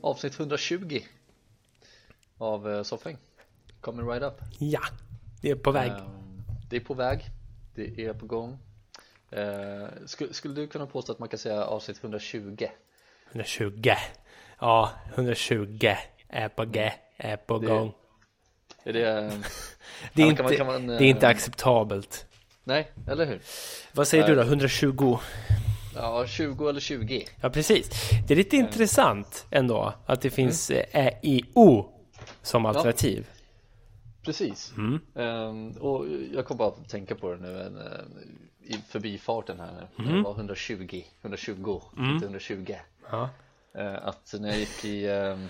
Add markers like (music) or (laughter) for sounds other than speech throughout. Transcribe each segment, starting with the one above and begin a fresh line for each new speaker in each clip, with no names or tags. Avsnitt 120 av eh, Soffhäng. Coming right up.
Ja, det är på väg.
Ehm, Det är på väg, det är på gång. Eh, skulle, skulle du kunna påstå att man kan säga avsnitt 120?
120. Ja, 120 är på G, är på
Det-
gång.
Är det, eh,
Det är,
ja, kan man-
inte,
kan man,
det är
eh,
inte acceptabelt.
Nej, eller hur?
Vad säger du då, 120?
Ja, 20 eller 20.
Ja, precis. Det är lite intressant ändå att det finns eh, Ä, I, O som alternativ.
Precis. Ehm, och jag kom bara att tänka på det nu en, eh, i förbifarten här. när Det var 120, 120, inte 120.
Ja.
Eh, att när jag gick i ehm,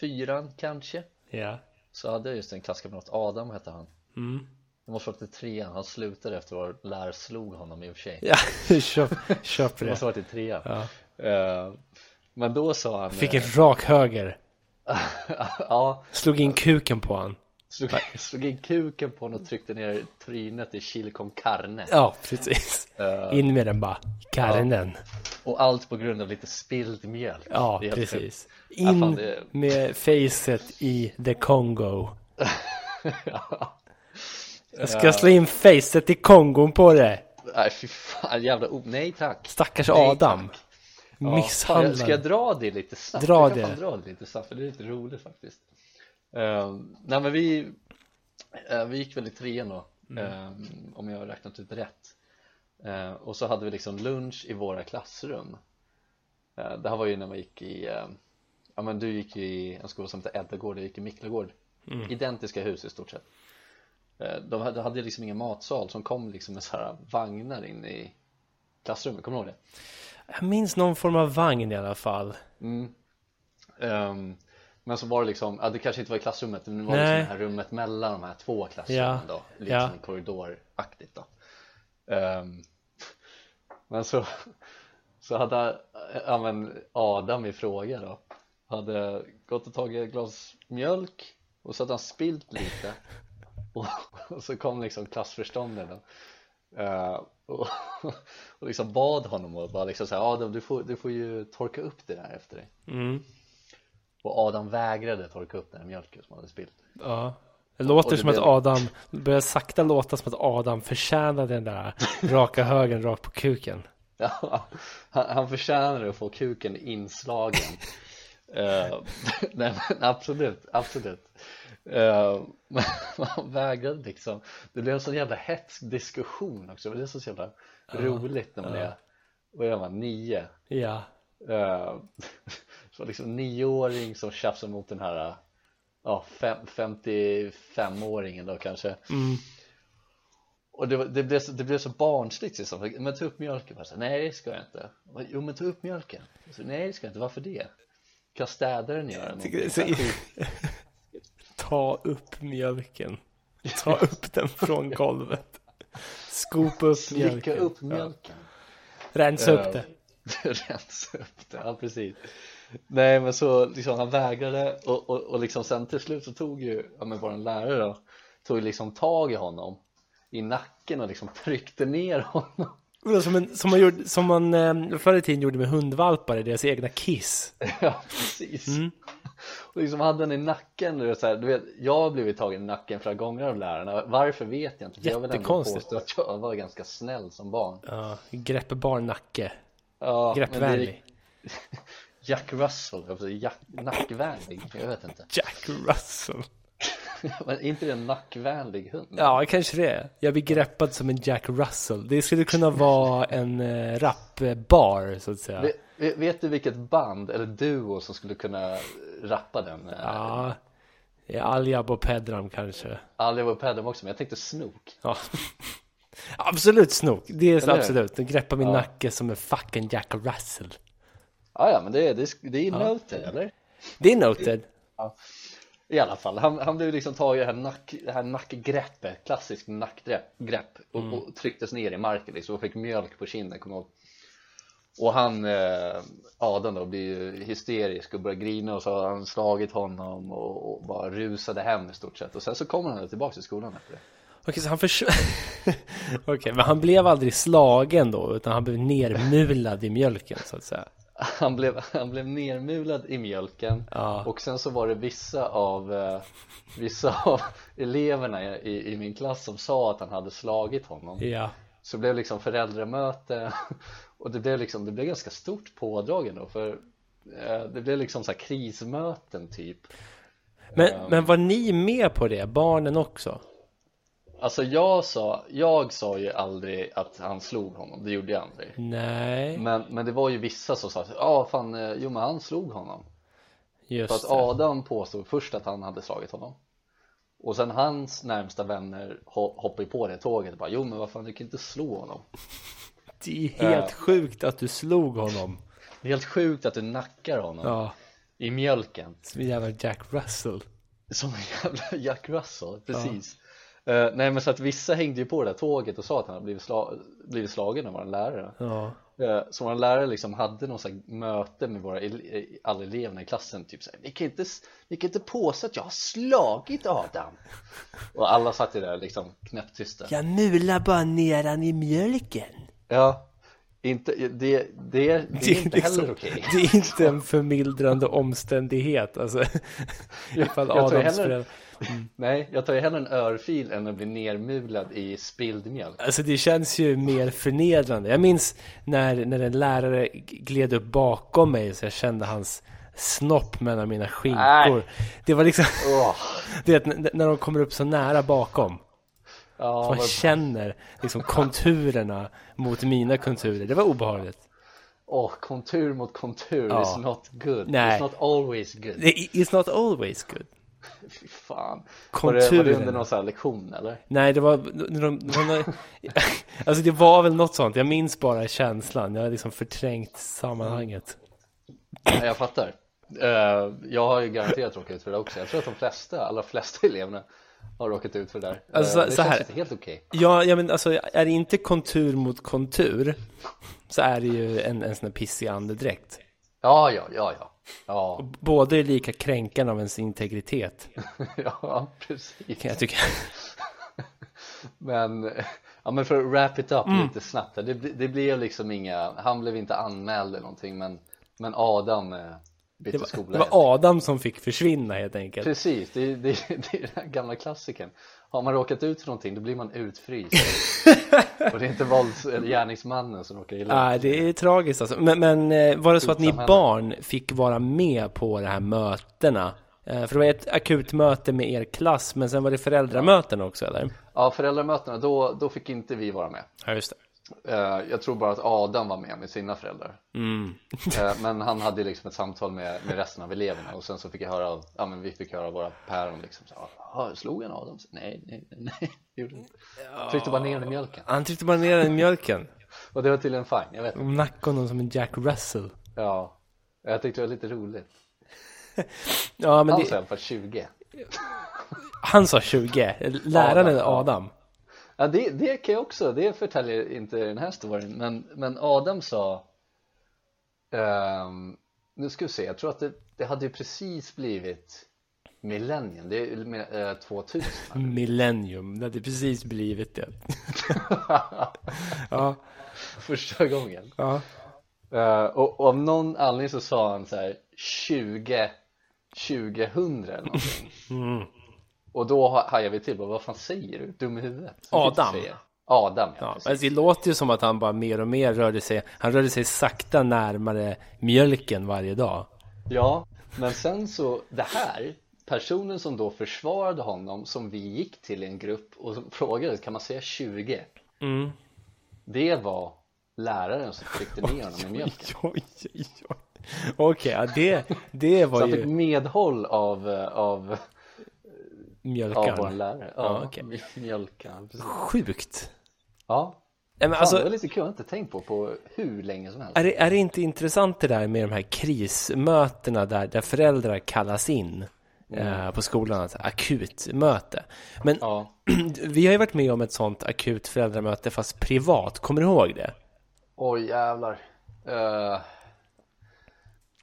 fyran kanske
ja.
så hade jag just en klasskamrat, Adam hette han.
Mm.
Det måste varit i trean, han slutade efter vad lär slog honom i och för sig.
Ja, (laughs) köp, köp
Det
det.
måste varit i trean. Eh, men då sa han
Fick
eh,
en rak höger.
(laughs) ja,
Slog in kuken på han.
slog, slog in kuken på honom och tryckte ner trynet i chili con carne. Eh,
Ja, precis. In med den bara. Karnen.
Och allt på grund av lite spilld mjölk (laughs)
Ja,
Det är helt sjukt.
precis.
Ja, fan,
In
det-
med facet i the Kongo. Jag ska slå in facet i Kongon på det.
Nej fy fan, jävla o... Nej tack
Stackars
Nej,
Adam.
tack. Ja, fan,
Misshandlad.
Ska jag dra det lite snabbt?
Dra
jag kan
det.
Fan dra det lite snabbt för det är lite roligt faktiskt Ehm, Nej men vi eh, Vi gick väl i trean då ehm, Om jag har räknat ut rätt Ehm, Och så hade vi liksom lunch i våra klassrum Ehm, Det här var ju när man gick i ehm, Ja men du gick ju i en skola som heter Eddagård, jag gick i Miklagård Identiska hus i stort sett Eh, De hade, hade liksom ingen matsal som kom liksom med så här vagnar in i klassrummet, kommer du ihåg det?
Jag minns någon form av vagn i alla fall.
Ehm, men så var det liksom, ja, det kanske inte var i klassrummet, men det var liksom
Nej.
det här rummet mellan de här två klassrummen
Ja,
då, lite
ja.
som korridoraktigt då. Ehm, men så, (laughs) så hade ja, men Adam i fråga då, hade gått och tagit ett glas mjölk och så hade han spillt
(laughs)
lite och, och så kom liksom klassförståndaren Eh, och, (laughs) och liksom bad honom och bara liksom säga Adam du får, du får ju torka upp det där efter dig
Mm.
och Adam vägrade torka upp den här mjölken som han hade spillt
Ja. Det låter
det
som att
blev-
Adam, det börjar sakta låta som att Adam förtjänade den där raka högen rakt på kuken.
(laughs) Ja, han, han förtjänade att få kuken inslagen Eh, (laughs) Nej men absolut, absolut Eh, (laughs) Men han vägrade liksom Det blev en sån jävla hetsk diskussion också Det är så jävla roligt när man är, vad är man, nio?
Ja.
Eh, (laughs) Så liksom nioåring som tjafsar mot den här ja, fem, 55-åringen då kanske
Mm.
Och det, var- det, blev så, det blev så barnsligt liksom, men ta upp mjölken bara, så, här, nej det ska jag inte Jo men ta upp mjölken, så, nej det ska jag inte, varför det? Kan städaren göra
tycker det är
någonting?
så-
Så här, skit-
Ta upp mjölken. Ta upp den från golvet. Skopa upp mjölken.
Slicka upp
Ja.
mjölken
Rensa upp det.
(laughs) Rensa upp det, ja precis Nej men så liksom han vägrade och, och, och liksom sen till slut så tog ju, ja men våran lärare då Tog liksom tag i honom i nacken och liksom tryckte ner honom (laughs)
Vadå, Som, en, som man, gjorde, som man eh, förr i tiden gjorde med hundvalpar i deras egna kiss.
Ja precis Och liksom hade han i nacken, du vet, så här, du vet, jag har blivit tagen i nacken flera gånger av lärarna Varför vet jag inte, för jag vill ändå
Jättekonstigt.
påstå att jag var ganska snäll som barn
Ja, greppbar nacke.
ja, men det är
Greppvänlig.
Jack Russell, jag vill säga Jack, nackvänlig, jag vet inte
Jack Russell.
Men är inte det en nackvänlig hund?
Ja, kanske det. Jag blir greppad som en Jack Russell. Det skulle kunna vara en eh, rapbar, så att säga.
Ve- ve- Vet du vilket band eller duo som skulle kunna rappa den? Ja.
Ja, Aljab och Pedram kanske.
Ali var Pedram också, men jag tänkte Snook
Ja. (laughs) Absolut snok. Det är så
Eller hur?
absolut. Den greppar min nacke som en fucking Jack Russell.
ah, Ja, men det, är- det, är- det är noted, eller?
Det är noted.
I alla fall, han, han blev liksom tagen i det här, nack, det här nackgreppet, klassiskt nackgrepp och, och trycktes ner i marken liksom och fick mjölk på kinden, kommer jag ihåg. Och han, eh, Adam då, blir ju hysterisk och börjar grina och så har han slagit honom och, och bara rusade hem i stort sett. Och sen så kommer han tillbaka till skolan efter det.
Okej, så han försvann. (laughs) Okej, men han blev aldrig slagen då, utan han blev nermulad i mjölken så att säga.
(laughs) Han blev, han blev nermulad i mjölken
Ja.
och sen så var det vissa av, eh, vissa (laughs) av eleverna i, i min klass som sa att han hade slagit honom.
Ja.
Så det blev liksom föräldramöte (laughs) och det blev liksom, det blev ganska stort pådrag ändå för eh, det blev liksom så här krismöten typ.
Men, men var ni med på det, barnen också?
Alltså jag sa, jag sa ju aldrig att han slog honom, det gjorde jag aldrig.
Nej,
Men, men det var ju vissa som sa, ja fan, eh, jo men han slog honom. För
just
att
det.
Adam påstod först att han hade slagit honom Och sen hans närmsta vänner ho- hoppade ju på det tåget och bara Jo men vad fan du kan inte slå honom
Det är helt sjukt att du slog honom.
Det är helt sjukt att du nackar honom
Ja,
i mjölken
som en jävla Jack Russell.
Som en jävla (laughs) Jack Russell, precis Eh, Nej men så att vissa hängde ju på det där tåget och sa att han hade blivit, sla- blivit slagen av våran lärare
Ja,
Eh, Så vår lärare liksom hade något så här möte med våra, ele- eh, alla eleverna i klassen typ så här, ni, kan inte, s- ni kan inte påstå att jag har slagit Adam Och alla satt ju där liksom knäpptysta
Jag mular bara ner han i mjölken.
Ja, inte, det, det, det är
Det är,
inte
liksom,
heller okej
det är inte en förmildrande omständighet. Alltså, ifall
jag tror
Adams
heller-
föräldrar...
Nej, jag tar ju hellre en örfil än att bli nermulad i spilld mjölk
Alltså det känns ju mer förnedrande. Jag minns när, när en lärare g- gled upp bakom mig så jag kände hans snopp mellan mina skinkor.
Nej.
Det var liksom, (laughs)
Åh,
du vet n- när de kommer upp så nära bakom.
ja,
Man
vad-
känner liksom konturerna mot mina konturer. Det var obehagligt.
åh, kontur mot kontur
Ja.
is not good
Nej.
It's not always good
Det- It's not always good.
Fy fan var det, var det
Konturen.
under någon sån här lektion eller?
Nej, det var... De, de, de, (laughs) alltså det var väl något sånt. Jag minns bara känslan. Jag har liksom förträngt sammanhanget.
Ja, jag fattar. Eh, jag har ju garanterat råkat ut för det också. Jag tror att de flesta, allra flesta (laughs) eleverna har råkat ut för det där.
Alltså,
Eh,
så-
det
så
känns
här.
inte helt okej.
Ja, ja men alltså är det inte kontur mot kontur så är det ju en, en sån här pissig andedräkt.
Ja, ja, ja, ja. Ja,
Båda är lika kränkande av ens integritet,
(laughs) ja, precis.
kan jag tycka.
Men, (laughs) ja, men för att wrap it up
Mm.
lite snabbt. där. Det, bli- det blev liksom inga, han blev inte anmäld eller någonting, men, men Adam eh, bytte
Det var,
skola.
det
igen.
var Adam som fick försvinna helt enkelt.
Precis, det, är- det, (laughs) är- det är den här gamla klassikern. Har man råkat ut för någonting, då blir man
(laughs)
utfryst. Och det är inte vålds eller gärningsmannen som råkar illa ut.
Ah, det är tragiskt alltså. Men, men eh, var det så att ni
Skitsamhälle.
barn fick vara med på de här mötena? Eh, För det var ett akutmöte med er klass, men sen var det föräldramöten också eller?
Ja, föräldramötena, då, då fick inte vi vara med.
Ja, just det.
Eh, jag tror bara att Adam var med med sina föräldrar.
Mm.
Eh, men han hade liksom ett samtal med, med resten av eleverna och sen så fick jag höra av, ja men vi fick höra av våra päron liksom. Så, ah, slog han Adam? Så, nej, nej, nej, nej, (laughs) det gjorde han inte. Tryckte bara ner honom i mjölken.
Han tryckte bara ner den i mjölken.
Och det var tydligen fine, jag vet inte.
Och nackade honom som en Jack Russell.
Ja, jag tyckte det var lite roligt.
Ja, men
Han
det,
sa i alla fall 20.
Han sa 20, läraren
Adam,
eller
ja.
Adam?
Ja, det, det kan jag också, det förtäljer inte den här storyn, men, men Adam sa ehm, Nu ska vi se, jag tror att det, det hade ju precis blivit millennium, det är ju med- eh, 2000
Millennium, det hade precis blivit det. (laughs) ja,
(laughs) första gången
ja.
Eh, och, och av någon anledning så sa han så här 20 2000 eller någonting
(laughs) Mm.
Och då ha- hajade vi till, bara, vad fan säger du? Dum i huvudet? Så kan du inte
Adam.
säga. Adam, ja,
ja.
precis.
Alltså, det låter ju som att han bara mer och mer rörde sig, han rörde sig sakta närmare mjölken varje dag.
Ja, men sen så det här Personen som då försvarade honom som vi gick till i en grupp och som frågade kan man säga 20?
Mm.
Det var läraren som tryckte ner honom i mjölken
(laughs) Oj, oj, oj. Okej, ja, det, det
Så
var
han fick
ju
medhåll av, eh, av, av vår
mjölkan.
lärare
Ja, okej.
mjölkan, precis.
Sjukt.
Ja,
Nej,
Fan,
men
det
alltså,
var lite kul, jag har inte tänkt på på hur länge som helst
är det, är det inte intressant det där med de här krismötena där, där föräldrar kallas in? eh, på skolan, alltså akutmöte. Men
Ja,
vi har ju varit med om ett sånt akut föräldramöte fast privat, kommer du ihåg det?
oj jävlar. Eh,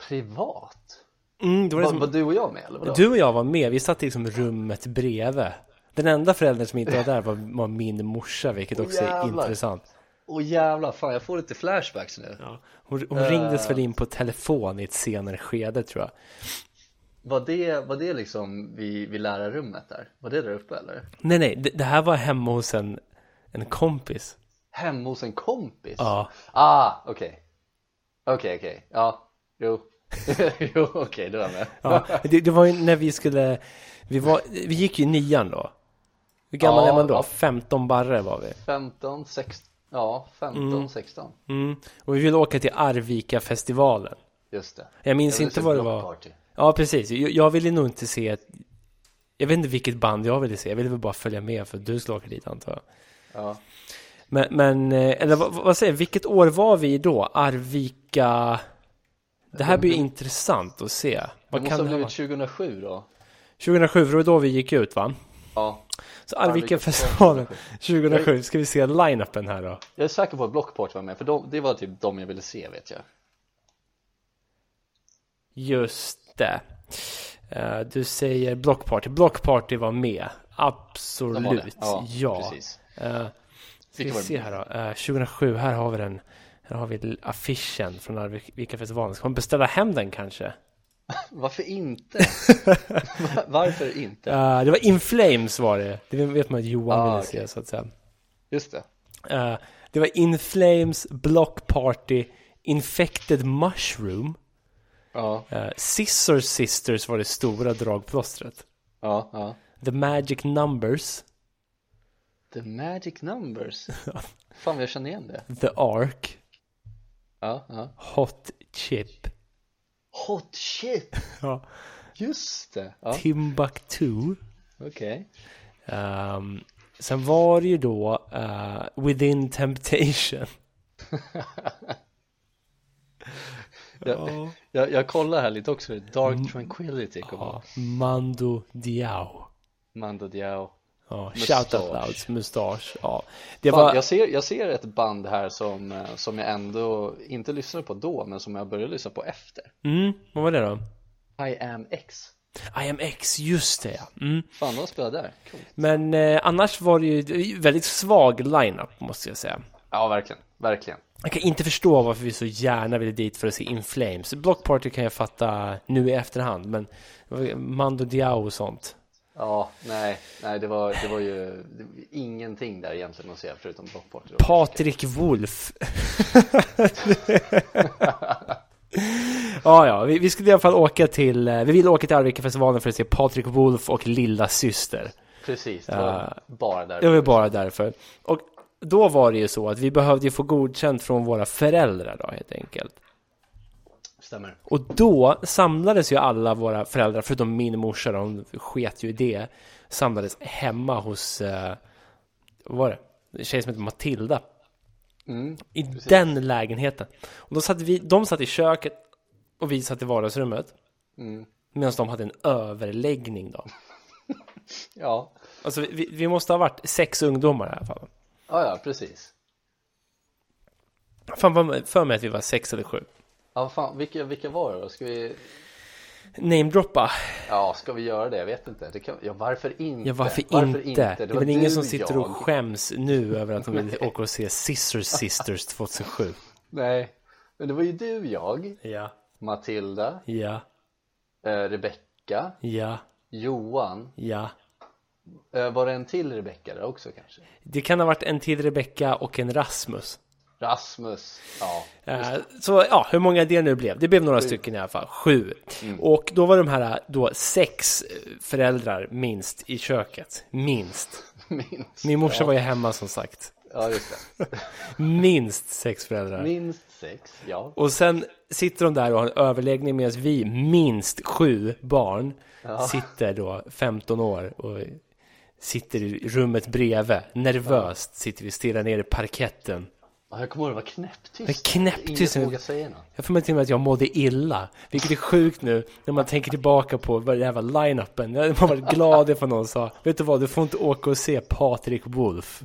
privat?
Mm, det var det
Var,
som,
var du och jag med eller vadå?
du och jag var med, vi satt i liksom rummet bredvid. Den enda föräldern som inte var där var, var min morsa, vilket också är
jävlar.
intressant.
Åh jävlar, fan jag får lite flashbacks nu.
Ja. Hon, hon ringdes väl in på telefon i ett senare skede tror jag.
Var det, var det liksom vid, vid lärarrummet där? Var det där uppe eller?
Nej, nej, det, det här var hemma hos en, en kompis.
Hemma hos en kompis?
Ja.
Ah, okej. Okej, okej. Ja, jo. (laughs) jo, okej, då är jag med.
ja det, det var ju när vi skulle, vi, var, vi gick ju i nian då. Hur gammal
Ja,
är man då?
ja.
15 barre var vi.
15, 16. Ja, 15, 16.
Mm. Och vi ville åka till Arvika-festivalen.
Just det.
Jag minns
vill
inte
se
vad det
Block
var.
Party.
Ja, precis. Jag, jag ville nog inte se ett, jag vet inte vilket band jag ville se. Jag ville väl bara följa med för att du skulle åka dit antar jag.
Ja.
Men, men eh, eller vad, vad säger jag? vilket år var vi då? Arvika? Det här blir ju intressant att se.
Mm. Det
Vad
måste
kan
ha
det vara?
blivit 2007 då.
2007, det var då vi gick ut va?
Ja.
Så Arvika-festivalen 2007, ska vi se line-upen här då?
Jag är säker på att Blockport var med, för de, det var typ de jag ville se vet jag.
Just det. Eh, du säger Block Party. Block Party var med. Absolut.
De var det. Ja,
ja.
precis.
Eh, ska vi
Vilka var det?
se här då. Eh, 2007, här har vi den. Här har vi affischen från Arvika-festivalen. Ska man beställa hem den kanske?
Varför
(laughs)
inte? (laughs) Varför inte?
Eh, det var In Flames var det. Det vet man att Johan
Ah,
ville
okej.
se så att säga.
Just det.
Eh, det var In Flames, Block Party, Infected Mushroom.
Ja,
Uh, Scissor Sisters var det stora dragplåstret.
ja, ja.
The Magic Numbers,
The Magic (laughs) Numbers. Fan vad jag känner igen det.
The Ark,
Ja, ja.
Hot Chip,
Hot shit!
ja.
Just det. Ja,
Timbuktu.
okej.
Ehm, sen var det ju då eh,
(laughs)
Within Temptation.
Jag, jag, jag kollar här lite också. Dark Tranquility kommer
Ja, Mando Diao.
Mando Diao.
Ja,
Mustasch.
Shout Out Louds, Mustasch. Ja. Det
Fan,
var...
jag, ser, jag ser ett band här som, eh, som jag ändå inte lyssnade på då, men som jag började lyssna på efter.
Mm, vad var det då?
I am X.
IMX, just det ja. Mm.
Fan, de spelar där. Coolt.
Men eh, annars var det ju det är ju väldigt svag line-up måste jag säga.
Ja, verkligen. Verkligen.
Jag kan inte förstå varför vi så gärna ville dit för att se In Flames. Block Party kan jag fatta nu i efterhand, men Mando Diao och sånt.
Ja, nej, nej, det var, det var ju det var ingenting där egentligen att se förutom Blockport.
Patrik Wolf. (laughs)
(laughs)
ja, ja, vi, vi skulle i alla fall åka till, eh, vi ville åka till Arvika-festivalen för att se Patrik Wolf och Lilla Syster.
Precis, det var bara
Eh, Det
där.
var ju bara därför. Och då var det ju så att vi behövde ju få godkänt från våra föräldrar då helt enkelt.
Stämmer.
Och då samlades ju alla våra föräldrar, förutom min morsa, då, hon sket ju i det, samlades hemma hos, eh, vad var det, en tjej som heter Matilda.
Mm,
I den lägenheten. Och då satt vi, de satt i köket och vi satt i vardagsrummet.
mm.
Medan de hade en överläggning (laughs) då.
Ja,
Alltså vi- vi, vi måste ha varit sex ungdomar i alla fall.
ja, ja precis.
Fan, vad- för mig att vi var sex eller sju.
Ja, fan, vilka, vilka var det då? Ska vi,
Namedroppa.
ja, ska vi göra det? Jag vet inte. Det kan, ja, varför inte?
Ja, varför, inte? Det, är
var
väl ingen
du,
som sitter
jag.
och skäms nu över (laughs) att de vill åka och se Scissor Sisters 2007.
Nej, men det var ju du, jag,
Ja,
Matilda,
ja,
eh, Rebecka,
ja,
Johan.
ja.
Eh, var det en till Rebecka där också kanske?
Det kan ha varit en till Rebecka och en Rasmus.
Rasmus. Ja, (laughs)
Eh, Så ja, hur många det nu blev. Det blev några stycken i alla fall. Sju. Och då var de här eh, då sex eh, föräldrar minst i köket. Minst.
minst.
Min morsa var ju hemma som sagt.
Ja, just det.
Minst sex föräldrar.
Minst sex, ja.
Och sen sitter de där och har en överläggning medan vi, minst sju barn, sitter då 15 år och sitter i rummet bredvid. Nervöst sitter vi och stirrar ner i parketten.
Ja, jag kommer ihåg det var knäpptyst.
Det är knäpptyst.
Ingen vågar säga något.
Jag får mig till och med att jag mådde illa, vilket är sjukt nu när man tänker tillbaka på vad den jävla line-upen. Jag har varit glad ifall någon sa, vet du vad, du får inte åka och se Patrik Wolf.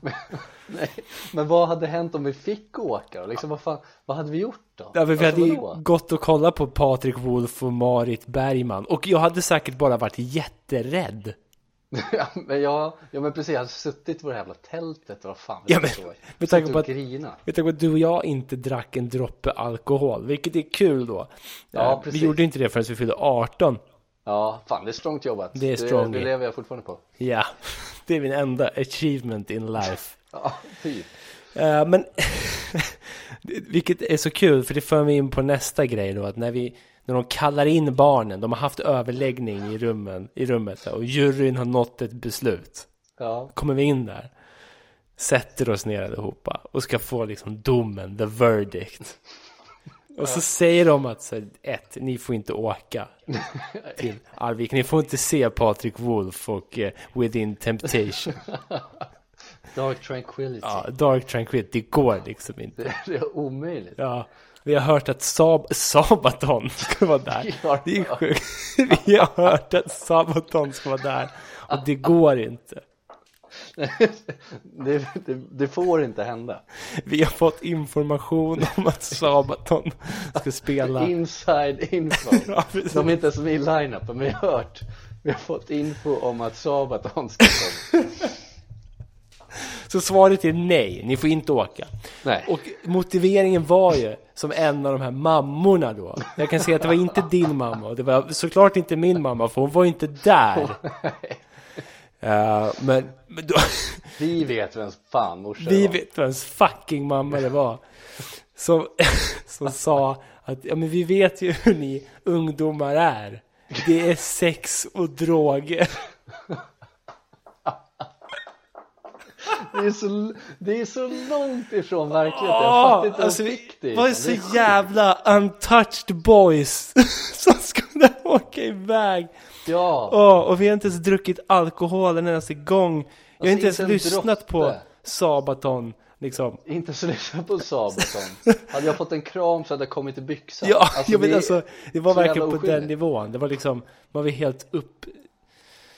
men, (laughs) nej, men vad hade hänt om vi fick åka då? Liksom, vad, fan, vad hade vi gjort då? Alltså,
Ja, men vi hade ju
vadå? (laughs)
gått och kollat på Patrik Wolf och Marit Bergman och jag hade säkert bara varit jätterädd.
ja, men jag, ja men precis, jag hade suttit på det här jävla tältet och vad fan
Ja, men-
jag såg.
med tanke
Suttit
på
och
att-
grinat.
Vet du vad, du och jag inte drack en droppe alkohol, vilket är kul då.
Ja,
Eh, vi
precis.
gjorde inte det förrän vi fyllde 18.
Ja, fan det är strongt jobbat.
Det är strong.
Det, det lever jag fortfarande på. (laughs)
Ja, (laughs) det är min enda achievement in life.
Ja, typ.
Eh, men (laughs) vilket är så kul, för det för mig in på nästa grej då, att när vi när de kallar in barnen, de har haft överläggning i, rummen, i rummet och juryn har nått ett beslut.
Ja, (laughs)
Kommer vi in där, sätter oss ner allihopa och ska få liksom domen, the verdict. Och så säger de att så, här, ett, ni får inte åka till Arvika, ni får inte se Patrik Wolf och eh, Within Temptation.
dark tranquility.
Ja, Dark Tranquility, det går liksom
(laughs)
inte.
Det, det är omöjligt.
Ja, vi har hört att Sab Sabaton ska vara
(laughs)
där.
Vi har
Det är sjukt. Vi har hört att Sabaton ska vara där. Och det går inte.
Det, det, det får inte hända.
Vi har fått information om att Sabaton ska spela.
Inside info.
Ja, precis.
De är inte ens med i line-upen, men jag har hört. Vi har fått info om att Sabaton ska komma.
Så svaret är nej, ni får inte åka.
Nej.
Och motiveringen var ju, som en av de här mammorna då. Jag kan säga att det var inte din mamma och det var såklart inte min mamma, för hon var ju inte där. Eh, men, men då,
Vi vet vems fan morsa
Vi
var.
vet vems fucking mamma det var. Som, (laughs) som sa att ja, men vi vet ju hur ni ungdomar är. Det är sex och droger.
Det, är så, det är så långt ifrån verkligheten. Jag
Ja,
fattar inte
alltså,
hur
vi
fick det.
var ju
ifrån.
så
Det är sjukt.
jävla untouched boys (laughs) som skulle åka iväg.
Ja.
Ja, och vi har inte ens druckit alkohol en endaste gång. Jag har inte ens
inte en
lyssnat på
droppe.
Sabaton, liksom.
Inte så lyssna på
(laughs)
Sabaton. Hade jag fått en kram så hade jag kommit i byxan.
Ja, jag men
det-
alltså, det var
så jävla
verkligen på den
oskyldigt.
nivån. Det var liksom, man var helt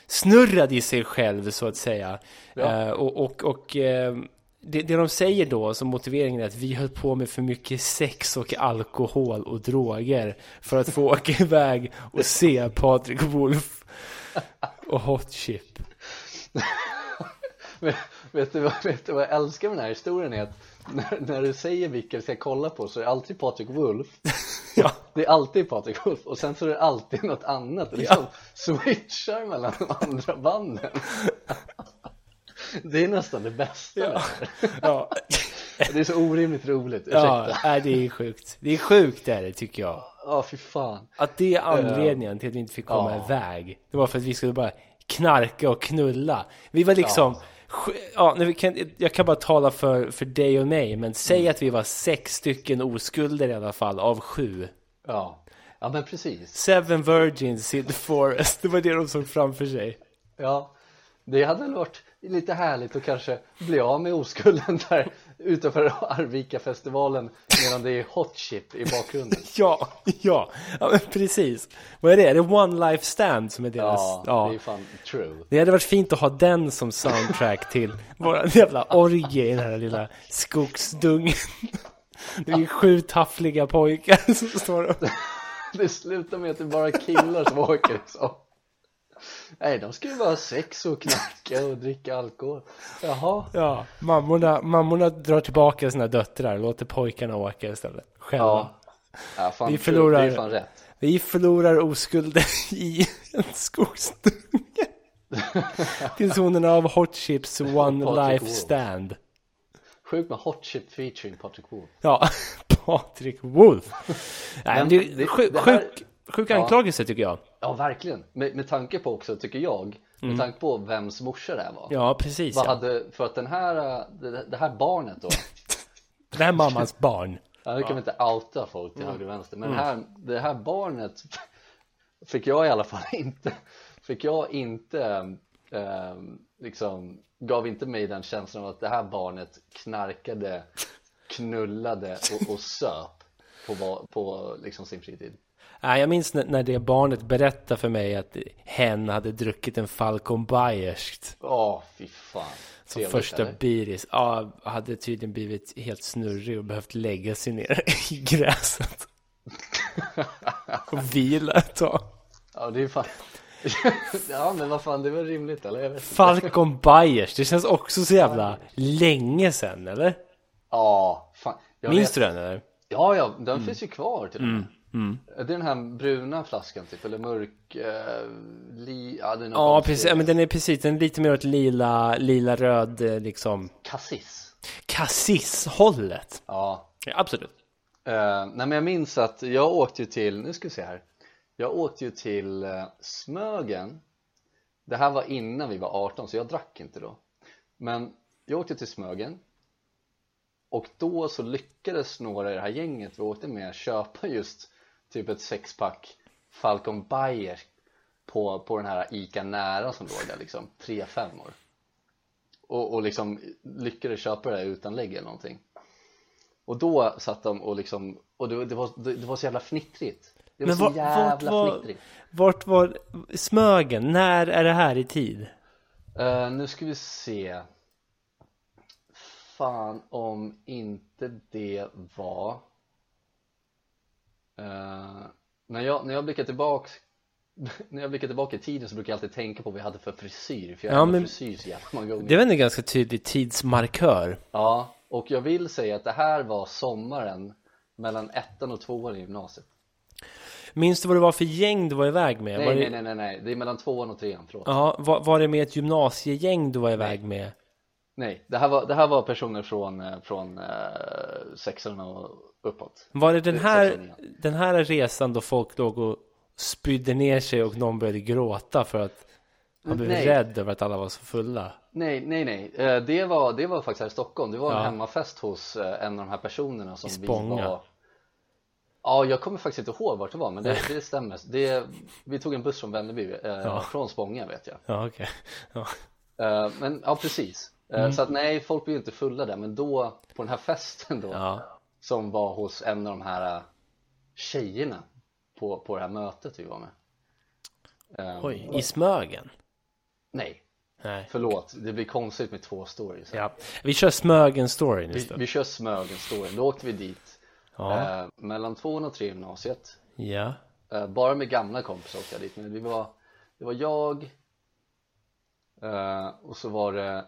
uppsnurrad i sig själv så att säga.
Ja.
Eh, och och, och eh, det, det de säger då som motiveringen är att vi höll på med för mycket sex och alkohol och droger för att
(laughs)
få åka iväg och se Patrik Wolf och Hot Chip.
Men, (laughs) vet, du, vad- vet du vad jag älskar med den här historien är att när, när du säger vilka vi ska kolla på så är det alltid Patrik Wolf.
Ja.
Det är alltid Patrik Wolf och sen så är det alltid något annat. Det Liksom switchar mellan de andra banden. Det är nästan det bästa. med
ja.
Det här. Det är så orimligt roligt. Ursäkta.
ja, nej, det är sjukt. Det är sjukt är det tycker jag.
Ja, fy fan.
Att det är anledningen till att vi inte fick komma
Eh, Ja.
iväg. Det var för att vi skulle bara knarka och knulla. Vi var liksom... sj- Ja, nu kan, jag kan bara tala för, för dig och mig, men säg
Mm.
att vi var sex stycken oskulder i alla fall av sju.
Ja. ja, men precis.
Seven virgins in the forest, det var det de såg framför sig.
Ja, det hade väl varit lite härligt att kanske bli av med oskulden där utanför Arvika-festivalen medan det är hot chip i bakgrunden.
Ja, (laughs) ja, ja men precis. Vad är det? Är det One Life Stand som är deras?
Ja, det är fan true.
Det hade varit fint att ha den som soundtrack till våran jävla orgie i den här lilla skogsdungen. Det är sju taffliga pojkar som står och...
(laughs) Det slutar med att det är bara killar som åker liksom. Nej, de ska ju bara ha sex och knarka och dricka alkohol. Jaha,
Ja, mammorna, mammorna drar tillbaka sina döttrar och låter pojkarna åka istället. Själva.
ja. ja fan, true.
Vi förlorar.
Det är fan rätt.
Vi förlorar oskulden i en skogsdunge. Till zonerna av Hot Chips One
Patrik
Life
Wolf.
Stand.
Sjukt med hot chip featuring Patrik Wolf.
Ja, (laughs) Patrik Wolf. Nej, men
Men
det
det-
är sjuk,
det här-
sjuk, sjuk anklagelse tycker jag.
Ja, verkligen. Med, med tanke på också, tycker jag, med tanke på vems morsa det här var.
Mm. Ja, precis.
Vad
Ja.
hade, för att den här, äh, det, det här barnet då,
Den här mammans barn.
ja, nu kan vi inte outa folk
Mm.
till höger och vänster, men det, här, det här (laughs) barnet fick jag i alla fall inte, fick jag inte eh, liksom gav inte mig den känslan av att det här barnet knarkade, knullade och, och söp på, va- på liksom sin fritid.
Ja, jag minns när- när det barnet berättade för mig att hen hade druckit en Falcon Bayerskt
Åh, fy fan.
som
Trevligt,
första
eller?
biris. Ja, hade tydligen blivit helt snurrig och behövt lägga sig ner (laughs)
(laughs)
i gräset. och vila ett tag.
Ja, det är fan. (laughs) ja, men vad fan, det var rimligt eller? Jag vet inte.
Falcon Bayers, det känns också så jävla länge sedan eller?
Ja, fan. Jag
Minns
vet-
du den eller?
Ja, ja, den finns ju kvar till och med. Det är den här bruna flaskan typ, eller mörk, eh, li, ja den är
Ja, precis. Ja, men den är precis, den är lite mer åt lila, lila röd eh, liksom
Cassis.
kassis-hållet.
Ja,
Ja, absolut.
Eh, nej men jag minns att jag åkte ju till, nu ska vi se här Jag åkte ju till eh, Smögen Det här var innan vi var 18 så jag drack inte då Men jag åkte till Smögen Och då så lyckades några i det här gänget vi åkte med köpa just typ ett sexpack Falcon Bayer på, på den här ICA Nära som låg där liksom, tre femmor och, och liksom lyckades köpa det där utan lägg eller någonting och då satt de och liksom, och det, det, var, det, det var så jävla fnittrigt Det var så
var-
jävla
var,
fnittrigt
vart var Smögen? När är det här i tid?
Eh, nu ska vi se Fan om inte det var Eh, när, jag, när jag blickar tillbaks (laughs) när jag blickar tillbaka i tiden så brukar jag alltid tänka på vad jag hade för frisyr för jag
Ja,
hade
men-
frisyr så jävla många gånger
Det var en ganska tydlig tidsmarkör.
Ja, och jag vill säga att det här var sommaren mellan ettan och tvåan i gymnasiet
Minns du vad det var för gäng du var iväg med?
Nej,
var
nej,
det,
nej, nej, nej, det är mellan tvåan och trean, förlåt
Ja, var, var det med ett gymnasiegäng du var iväg med?
Nej, det här var, det här var personer från, eh, från eh, sexan och uppåt
Var det den
Det-
här,
sexåringar.
den här resan då folk låg och spydde ner sig och någon började gråta för att han blev
Nej.
rädd över att alla var så fulla?
Nej, nej, nej. Eh, Det var, det var faktiskt här i Stockholm. Det var en
Ja.
hemmafest hos eh, en av de här personerna som
I
vi
Spånga.
var. Ja, jag kommer faktiskt inte ihåg vart det var, men det, det stämmer. Det, vi tog en buss från Vänneby, eh, från Spånga vet jag.
Ja, okej. Ja.
Eh, men ja, precis. Eh,
Mm.
Så att nej, folk blev ju inte fulla där, men då på den här festen då,
Ja.
som var hos en av de här eh, tjejerna på, på det här mötet vi var med. Eh,
Oj, i Smögen?
Nej,
Nej.
förlåt. Det blir konstigt med två stories.
Ja. Vi kör Smögen-storyn
Vi,
istället.
vi kör Smögen-storyn, då åkte vi dit
Ja.
eh, Mellan tvåan och tre gymnasiet
ja.
eh, Bara med gamla kompisar åkte jag dit, men vi var, det var jag eh, Och så var det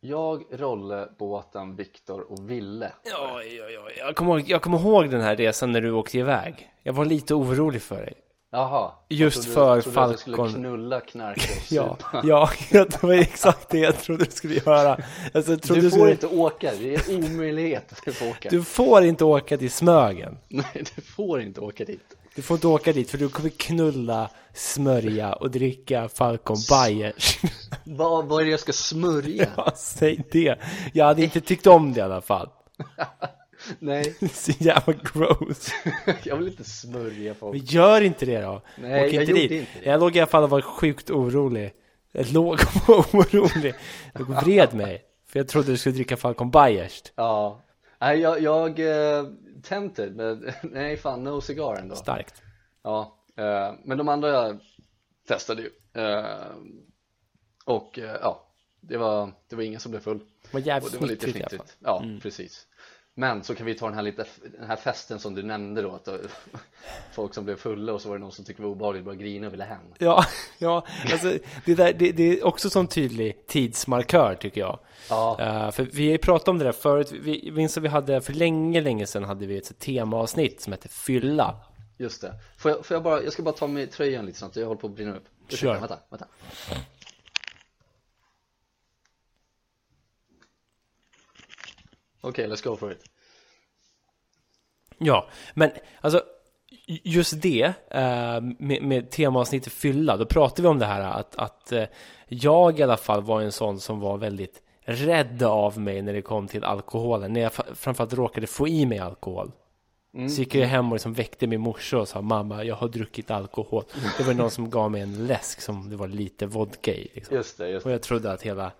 Jag, Rolle, Båten, Viktor och Ville
Ja, ja, ja. Jag, kommer ihåg, jag kommer ihåg den här resan när du åkte iväg. Jag var lite orolig för dig.
Jaha, jag
Just
trodde-
för
trodde att jag skulle
Falcon.
knulla, knarka och
(laughs) Ja,
supa
ja, det var exakt det jag trodde du skulle göra. Alltså, jag trodde
Du får
skulle,
inte åka, det är en omöjlighet att du får åka
du får inte åka till Smögen.
(laughs) Nej, du får inte åka dit
Du får inte åka dit för du kommer knulla, smörja och dricka Falcon
(laughs)
Bayers.
Vad, vad är det jag ska smörja?
(laughs) Ja, Säg det. Jag hade inte tyckt om det i alla fall. (laughs)
Nej, (laughs)
Så jävla gross.
jag vill inte smörja folk
Men gör inte det då.
Nej,
Åk
jag
inte
gjorde
dit.
inte det.
Jag låg i alla fall och var sjukt orolig. Jag låg och var orolig. Jag vred mig. För jag trodde du skulle dricka Falcon Bayers.
Ja, nej jag, jag eh, tempted, men (laughs) nej fan no cigar ändå
Starkt.
Ja, eh, men de andra jag testade ju eh, Och eh, ja, det var, det var ingen som blev full
Det var
Och
jävligt
det var lite
fnittrigt i alla fall.
fnittrigt,
Mm.
ja precis Men så kan vi ta den här, lite, den här festen som du nämnde då att (laughs) eh, Folk som blev fulla och så var det någon som tyckte det var obehagligt och började grina och ville hem
Ja, (laughs) ja alltså, det, där, det, det är också som tydlig tidsmarkör tycker jag.
Ja.
Eh, för vi har ju pratat om det där förut. Vi minns att vi hade, för länge, länge sedan hade vi ett så här temaavsnitt som hette Fylla.
Just det. Får jag, får jag bara, jag ska bara ta mig tröjan lite snabbt, jag håller på att brinna upp. Ursäkta,
Kör.
Vänta, vänta. Okej, let's go for it.
Ja, men alltså ju- just det eh, med, med temaavsnittet fylla, då pratade vi om det här att, att eh, jag i alla fall var en sån som var väldigt rädd av mig när det kom till alkoholen, när jag fa- framförallt råkade få i mig alkohol. Mm. Så gick jag hem och liksom väckte min morsa och sa mamma, jag har druckit alkohol. Det var någon som gav mig en läsk som det var lite vodka i. Liksom.
Just det, just
Och jag trodde att hela...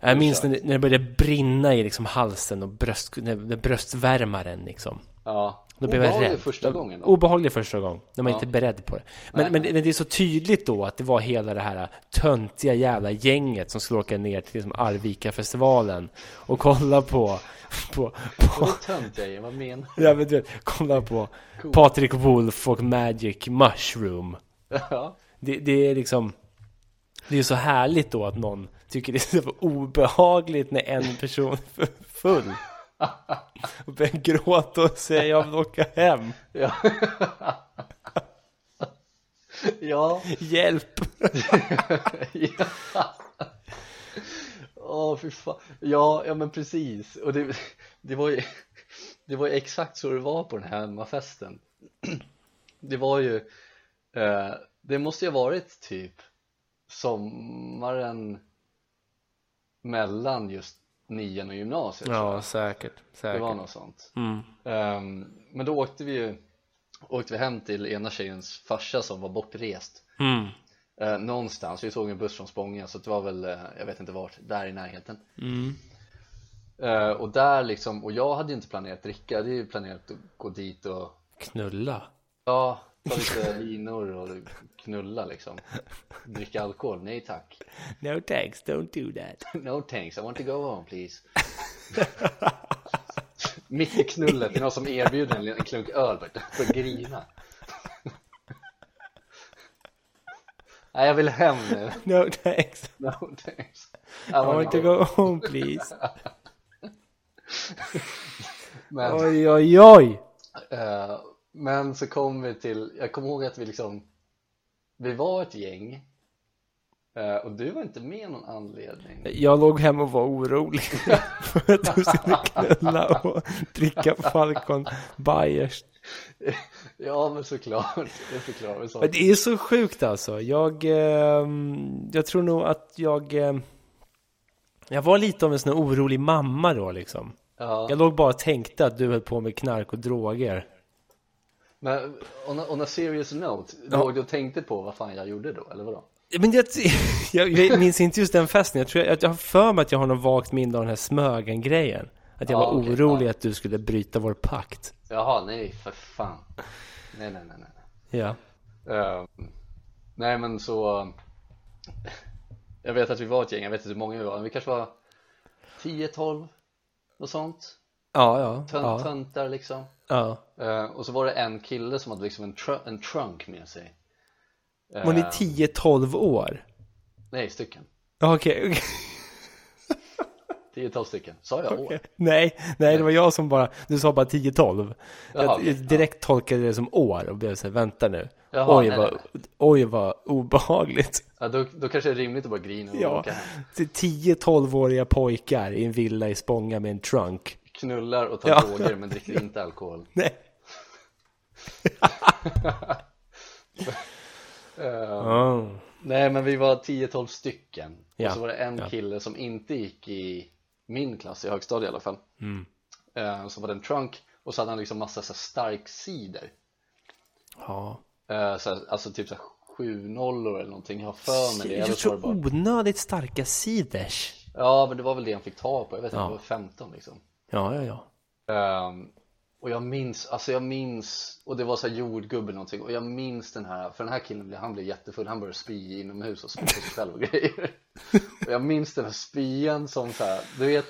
Jag minns när det, när det började brinna i liksom halsen och bröst, när, när bröstvärmaren. Liksom.
Ja.
Då blev jag
Obehaglig
rädd. Oh.
första gången då.
Obehaglig första gången. När man
Ja.
inte är beredd på det.
Nej,
Men, men, men det är så tydligt då att det var hela det här töntiga jävla gänget som skulle åka ner till liksom Arvika-festivalen och kolla på, på, på,
Vad tönt jag är, vad menar
ja, men du vet, kolla på Patrik Wolf och Magic Mushroom.
(laughs) Ja,
Det, det är liksom Det är så härligt då att någon tycker det är så obehagligt när en person är f- full och börjar gråta och säga jag vill åka hem,
ja. ja.
hjälp!
Ja. Åh, fy fan. Ja, ja men precis. Och det, det var ju, det var ju exakt så det var på den här hemmafesten. Det var ju, eh, det måste ju ha varit typ sommaren mellan just nian och gymnasiet. tror jag.
Ja, säkert,
det
säkert.
var något sånt.
Mm.
Ehm, men då åkte vi ju, åkte vi hem till ena tjejens farsa som var bortrest.
Mm.
Eh, någonstans, vi såg en buss från Spånga så det var väl, eh, jag vet inte vart, där i närheten
Mm.
eh, Och där liksom, och jag hade ju inte planerat dricka, jag hade ju planerat att gå dit och
Knulla?
Ja, ta
(laughs)
lite linor och knulla liksom Dricka alkohol, nej tack
No thanks, don't do
(laughs)
that. (laughs)
No thanks, I want to go home please (laughs) Mitt i knullet, det är någon som erbjuder en, en klunk öl bara, för att grina (laughs) Nej jag vill hem nu, (laughs)
No thanks,
no thanks I
I
want
want to
home.
go home please.
Men,
Oj, oj, oj!
eh, men så kom vi till, jag kommer ihåg att vi liksom Vi var ett gäng eh, Och du var inte med av någon anledning
Jag låg hemma och var orolig (laughs) för att du skulle knulla och dricka Falcon Bayers.
Ja men såklart, (laughs) det förklarar väl
Men
sånt
det är så sjukt alltså. Jag, ehm, jag tror nog att jag... ehm, jag var lite av en sån här orolig mamma då liksom.
ja,
Jag låg bara och tänkte att du höll på med knark och droger.
Men on a, on a serious note, låg du och tänkte på vad fan jag gjorde då eller vadå?
Men jag, (laughs) jag, jag minns inte just den festen. Jag, tror jag, jag har för mig att jag har något vagt minne av den här Smögen-grejen. Att jag
Ja,
var
okej,
orolig
ja.
att du skulle bryta vår pakt.
Jaha, nej för fan Nej nej nej nej
Ja.
Eh, nej men så Jag vet att vi var ett gäng, jag vet inte hur många vi var, men vi kanske var 10-12 Något sånt,
Ja, ja.
Tön,
Ja.
töntar liksom
ja.
Eh, och så var det en kille som hade liksom en, tr- en trunk med sig
Var ni
Eh,
10-12 år?
Nej, stycken
Ja, Okej, (laughs) okej.
10-12 stycken, sa jag år?
nej, nej, det var jag som bara, du sa bara 10-12.
Jaha,
Jag direkt tolkade det som år och blev så här, vänta nu.
Jaha,
oj,
nej,
vad,
nej,
oj, vad obehagligt. (laughs)
Ja, då, då kanske det är rimligt att bara grina och
Ja,
åka hem.
Det är 10-12-åriga pojkar i en villa i Spånga med en trunk.
Knullar och tar
Ja.
droger men dricker inte alkohol
(laughs) Nej.
Eh,
Oh.
(laughs) Nej men vi var 10-12 stycken
Ja,
och så var det en
ja.
kille som inte gick i min klass i högstadiet i alla fall Eh, Så var det en trunk och så hade han liksom massa så här stark cider
Ja.
Eh, så här, Alltså typ så här 7 nollor eller någonting, jag har för mig det eller
Jag
så var det
tror
bara
onödigt starka siders.
Ja men det var väl det han fick ta på, jag vet inte,
Ja.
det var 15 liksom
Ja, ja, ja.
Ehm, Och jag minns, alltså jag minns, och det var så här jordgubbe någonting och jag minns den här, för den här killen blev- han blev jättefull, han började spy inomhus och spy på sig själv och
(laughs)
grejer Och jag minns den här spyan som så här, du vet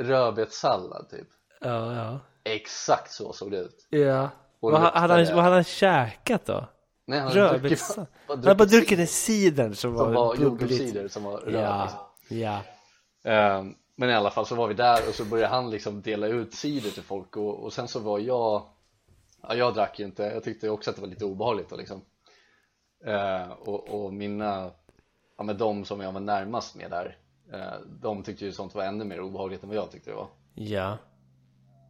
rödbetssallad typ
Ja, ja.
Exakt så såg det ut
ja.
Och
Vad,
luktade-
hade han, vad hade han käkat då?
Nej, han hade druckit-
Rödbetssallad?
bara
Han hade bara
druckit
druckit en cider som
som
var
var
bubbligt.
jordgubbscider som var röd liksom.
Ja, ja.
Ehm, Men i alla fall så var vi där och så började han liksom dela ut cider till folk och, och sen så var jag Ja, jag drack ju inte, jag tyckte också att det var lite obehagligt då, liksom Ehm, och, och mina Ja men de som jag var närmast med där eh, De tyckte ju sånt var ännu mer obehagligt än vad jag tyckte det var
Ja.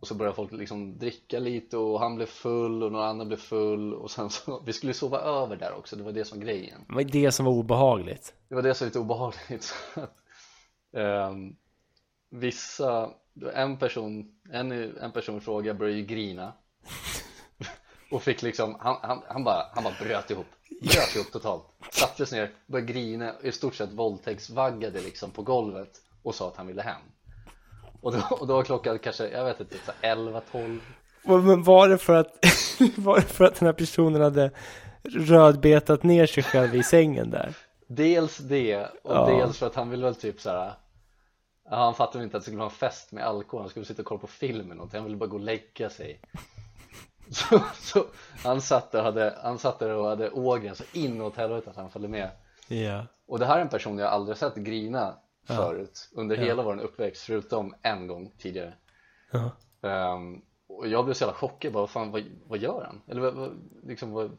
Och så började folk liksom dricka lite och han blev full och några andra blev full och sen så (laughs) Vi skulle sova över där också, det var det som var grejen
Det var det som var obehagligt.
Det var det som var lite obehagligt. (laughs) Ehm, vissa, en person, en, en person fråga började ju grina (laughs) och fick liksom, han, han, han, bara, han bara bröt ihop, bröt ihop totalt, satte sig ner, började grina, i stort sett våldtäktsvaggade liksom på golvet och sa att han ville hem. Och då, och då var klockan kanske, jag vet inte, så 11, 12.
Men var det för att, (laughs) var det för att den här personen hade rödbetat ner sig själv i sängen där?
Dels det och ja. dels för att han ville väl typ så här. ja, Han fattade väl inte att det skulle vara en fest med alkohol, han skulle sitta och kolla på film eller någonting, han ville bara gå och lägga sig (laughs) så, så han satt där, hade, han satt där och hade ågren så inåt helvete att han följde med
Ja.
Och det här är en person jag aldrig sett grina förut under hela vår uppväxt förutom en gång tidigare
Ja.
Ehm, Och jag blev så jävla chockad, bara vad fan, vad, vad gör han? Eller vad, vad, liksom, vad,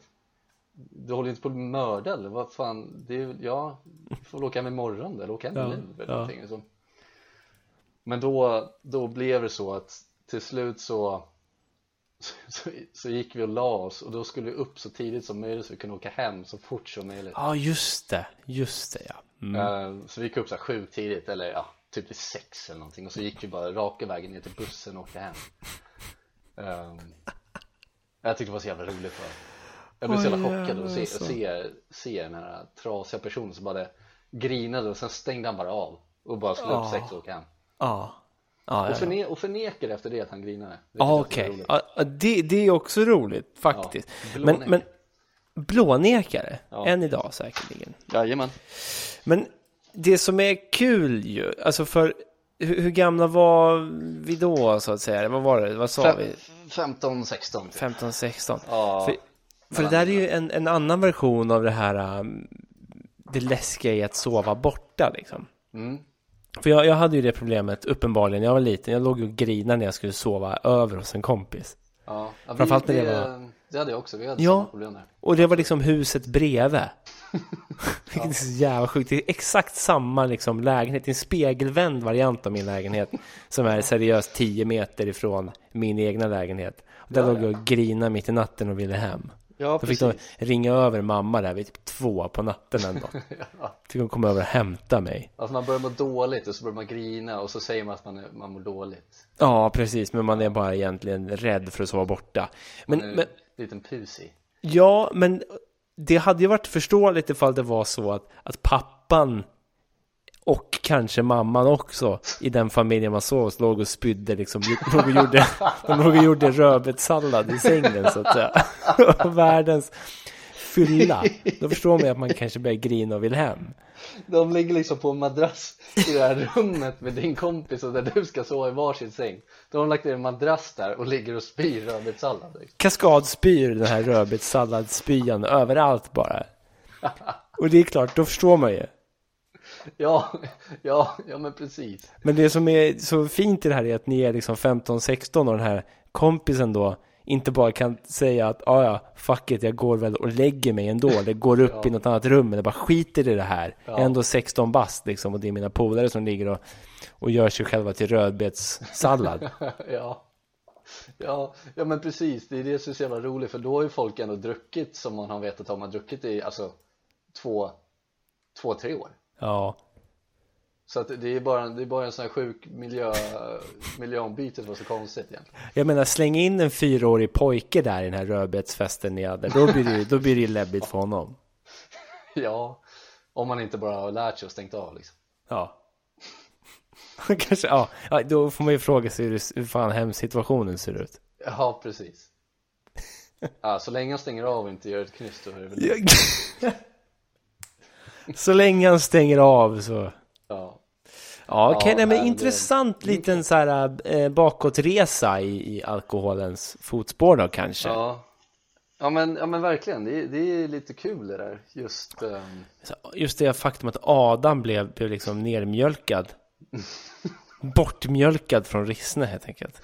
du håller ju inte på att mörda eller vad fan, det är, ju- ja, du får väl åka hem imorgon då, eller åka hem
Ja,
nu eller
ja.
någonting liksom. Men då, då blev det så att till slut så, så, så gick vi och la oss och då skulle vi upp så tidigt som möjligt så vi kunde åka hem så fort som möjligt.
Ja, just det. Just det, ja. typ. Mm.
Eh, Så vi gick upp så här sju tidigt eller ja, typ vid sex eller någonting och så gick vi bara raka vägen ner till bussen och åkte hem. Ehm, jag tyckte det var så jävla roligt. Va? Jag blev så
Oj,
jävla chockad
jävlar,
att se,
alltså.
se, se den här trasiga personen som bara grinade och sen stängde han bara av och bara skulle upp
Ja.
sex och åka hem.
Ja. Ja,
Och,
ja, ja.
förne och förnekade efter det att han grinade. vilket
Ja,
jag tycker är
Ah, okej.
roligt.
Ja, ja, det, det är också roligt faktiskt.
Ja,
men,
blånekare.
men blånekare,
Ja.
än idag säkerligen.
Jajamän.
Men det som är kul ju, alltså för hur, hur gamla var vi då så att säga? Vad var det? Vad sa
Fem-
vi?
15, 16.
15, 16?
typ. Ja.
För, för det där är ju en, en annan version av det här um, det läskiga i att sova borta liksom.
Mm.
För jag, jag hade ju det problemet uppenbarligen när jag var liten. Jag låg ju och grinade när jag skulle sova över hos en kompis.
Ja. Ja, vi,
Framförallt när det
det, det hade jag också, vi hade
Ja.
samma problem där.
Och det var liksom huset bredvid. (laughs) Vilket är så jävla sjukt. Det är exakt samma liksom lägenhet. Det är en spegelvänd variant av min lägenhet. Som är seriöst 10 meter ifrån min egna lägenhet. Och där
Ja,
låg jag och grinade mitt i natten och ville hem.
Ja,
Då fick de ringa över mamma där vid typ två på natten en dag. Fick hon komma över och hämta mig.
Alltså man börjar må dåligt och så börjar man grina och så säger man att man, är, man mår dåligt.
Ja, precis. Men man är bara egentligen rädd för att sova borta. Men,
Man är
men,
en liten pusig.
Ja, men det hade ju varit förståeligt ifall det var så att, att pappan och kanske mamman också i den familjen man såg oss låg och spydde liksom. Låg och gjorde, de låg och gjorde rödbetssallad i sängen så att säga. (laughs) Och Världens fylla. Då förstår man ju att man kanske börjar grina och vill hem.
De ligger liksom på en madrass i det här rummet med din kompis och där du ska sova i varsin säng. Då har de lagt ner en madrass där och ligger och spyr rödbetssallad. liksom.
kaskadspyr den här rödbetssalladsspyan överallt bara. Och det är klart, då förstår man ju.
Ja, ja, ja men precis. (laughs)
Men det som är så fint i det här är att ni är liksom 15-16 och den här kompisen då inte bara kan säga att ja, ja, fuck it, jag går väl och lägger mig ändå, eller går upp i något annat rum, eller bara skiter i det här. Jag är ändå 16 bast liksom och det är mina polare som ligger och, och gör sig själva
(laughs)
till rödbetssallad.
Ja. Ja, ja men precis, det är det som är så jävla roligt för då har ju folk ändå druckit som man har vetat om man har druckit i alltså två, två, tre år.
Ja,
Så att det är bara, det är bara en sån här sjuk miljö, miljöombyte som var så konstigt egentligen. (laughs)
Jag menar, släng in en fyraårig pojke där i den här rödbetsfesten ni hade. Då blir det ju- då blir det ju läbbigt för honom.
Ja, om man inte bara har lärt sig och stängt av liksom.
Ja. (laughs) Kanske, ja. ja. Då får man ju fråga sig hur, det- hur fan hemsituationen ser ut.
Ja, precis. Ja, så länge han stänger av och inte gör ett knyst då är det väl
(laughs) så länge han stänger av så.
ja.
Ja, okej,
Ja,
nej,
nej,
men
men det-
intressant liten så här eh, bakåtresa i, i alkoholens fotspår då kanske.
ja. Ja men, ja men verkligen, det är, det är lite kul det där just ehm, (laughs)
Så Just det faktum att Adam blev, blev
(laughs)
liksom nermjölkad. Bortmjölkad från Rissne helt enkelt.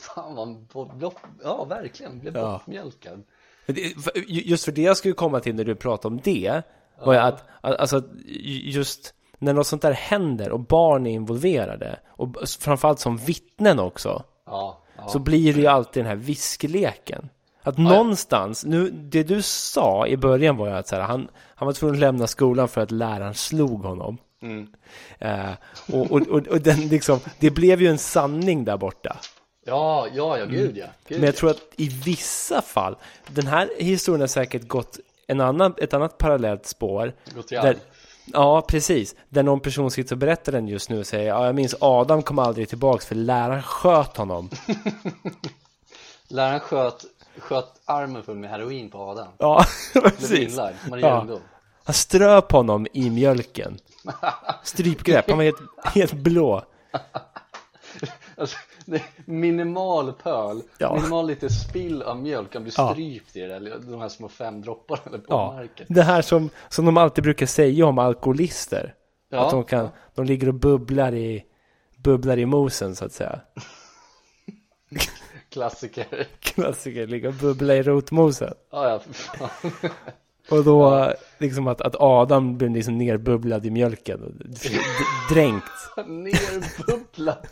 Fan vad han på- blopp, ja verkligen, blev
Ja.
bortmjölkad
Men det- för- ju- Just för det jag skulle komma till när du pratade om det var ju att, att- alltså att ju- just när något sånt där händer och barn är involverade och b- framförallt som vittnen också
Ja, ja,
så blir det ju alltid den här viskleken. Att någonstans, nu, det du sa i början var ju att så här, han, han var tvungen att lämna skolan för att läraren slog honom.
Mm.
Eh, och, och, och, och den liksom, det blev ju en sanning där borta.
Ja, ja, ja,
Mm.
gud ja. Gud,
Men jag
ja.
tror att i vissa fall, den här historien har säkert gått en annan, ett annat parallellt spår.
Gå till
Där,
all.
ja, precis. Där någon person sitter och berättar den just nu och säger ja, jag minns Adam kom aldrig tillbaks för läraren sköt honom.
Läraren sköt, sköt armen full med heroin på Adam.
Ja, (laughs)
Blev
precis.
inlagd, Maria
Ja.
Ungdom.
Han ströp honom
(laughs)
i mjölken. Strypgrepp, han var helt, helt blå.
(laughs) Alltså, det- minimal pöl,
Ja.
minimal lite spill av mjölk, han blir
Ja.
strypt i det där, de här små fem dropparna på
Ja,
marken.
det här som, som de alltid brukar säga om alkoholister.
Ja.
Att de, kan, de ligger och bubblar i, bubblar i mosen så att säga. (laughs)
Klassiker.
Klassiker, ligga och bubbla i rotmosen.
Ja, ja, för fan. (laughs)
Och då liksom att, att Adam blev liksom nerbubblad i mjölken. och d- d- Dränkt,
Nerbubblad,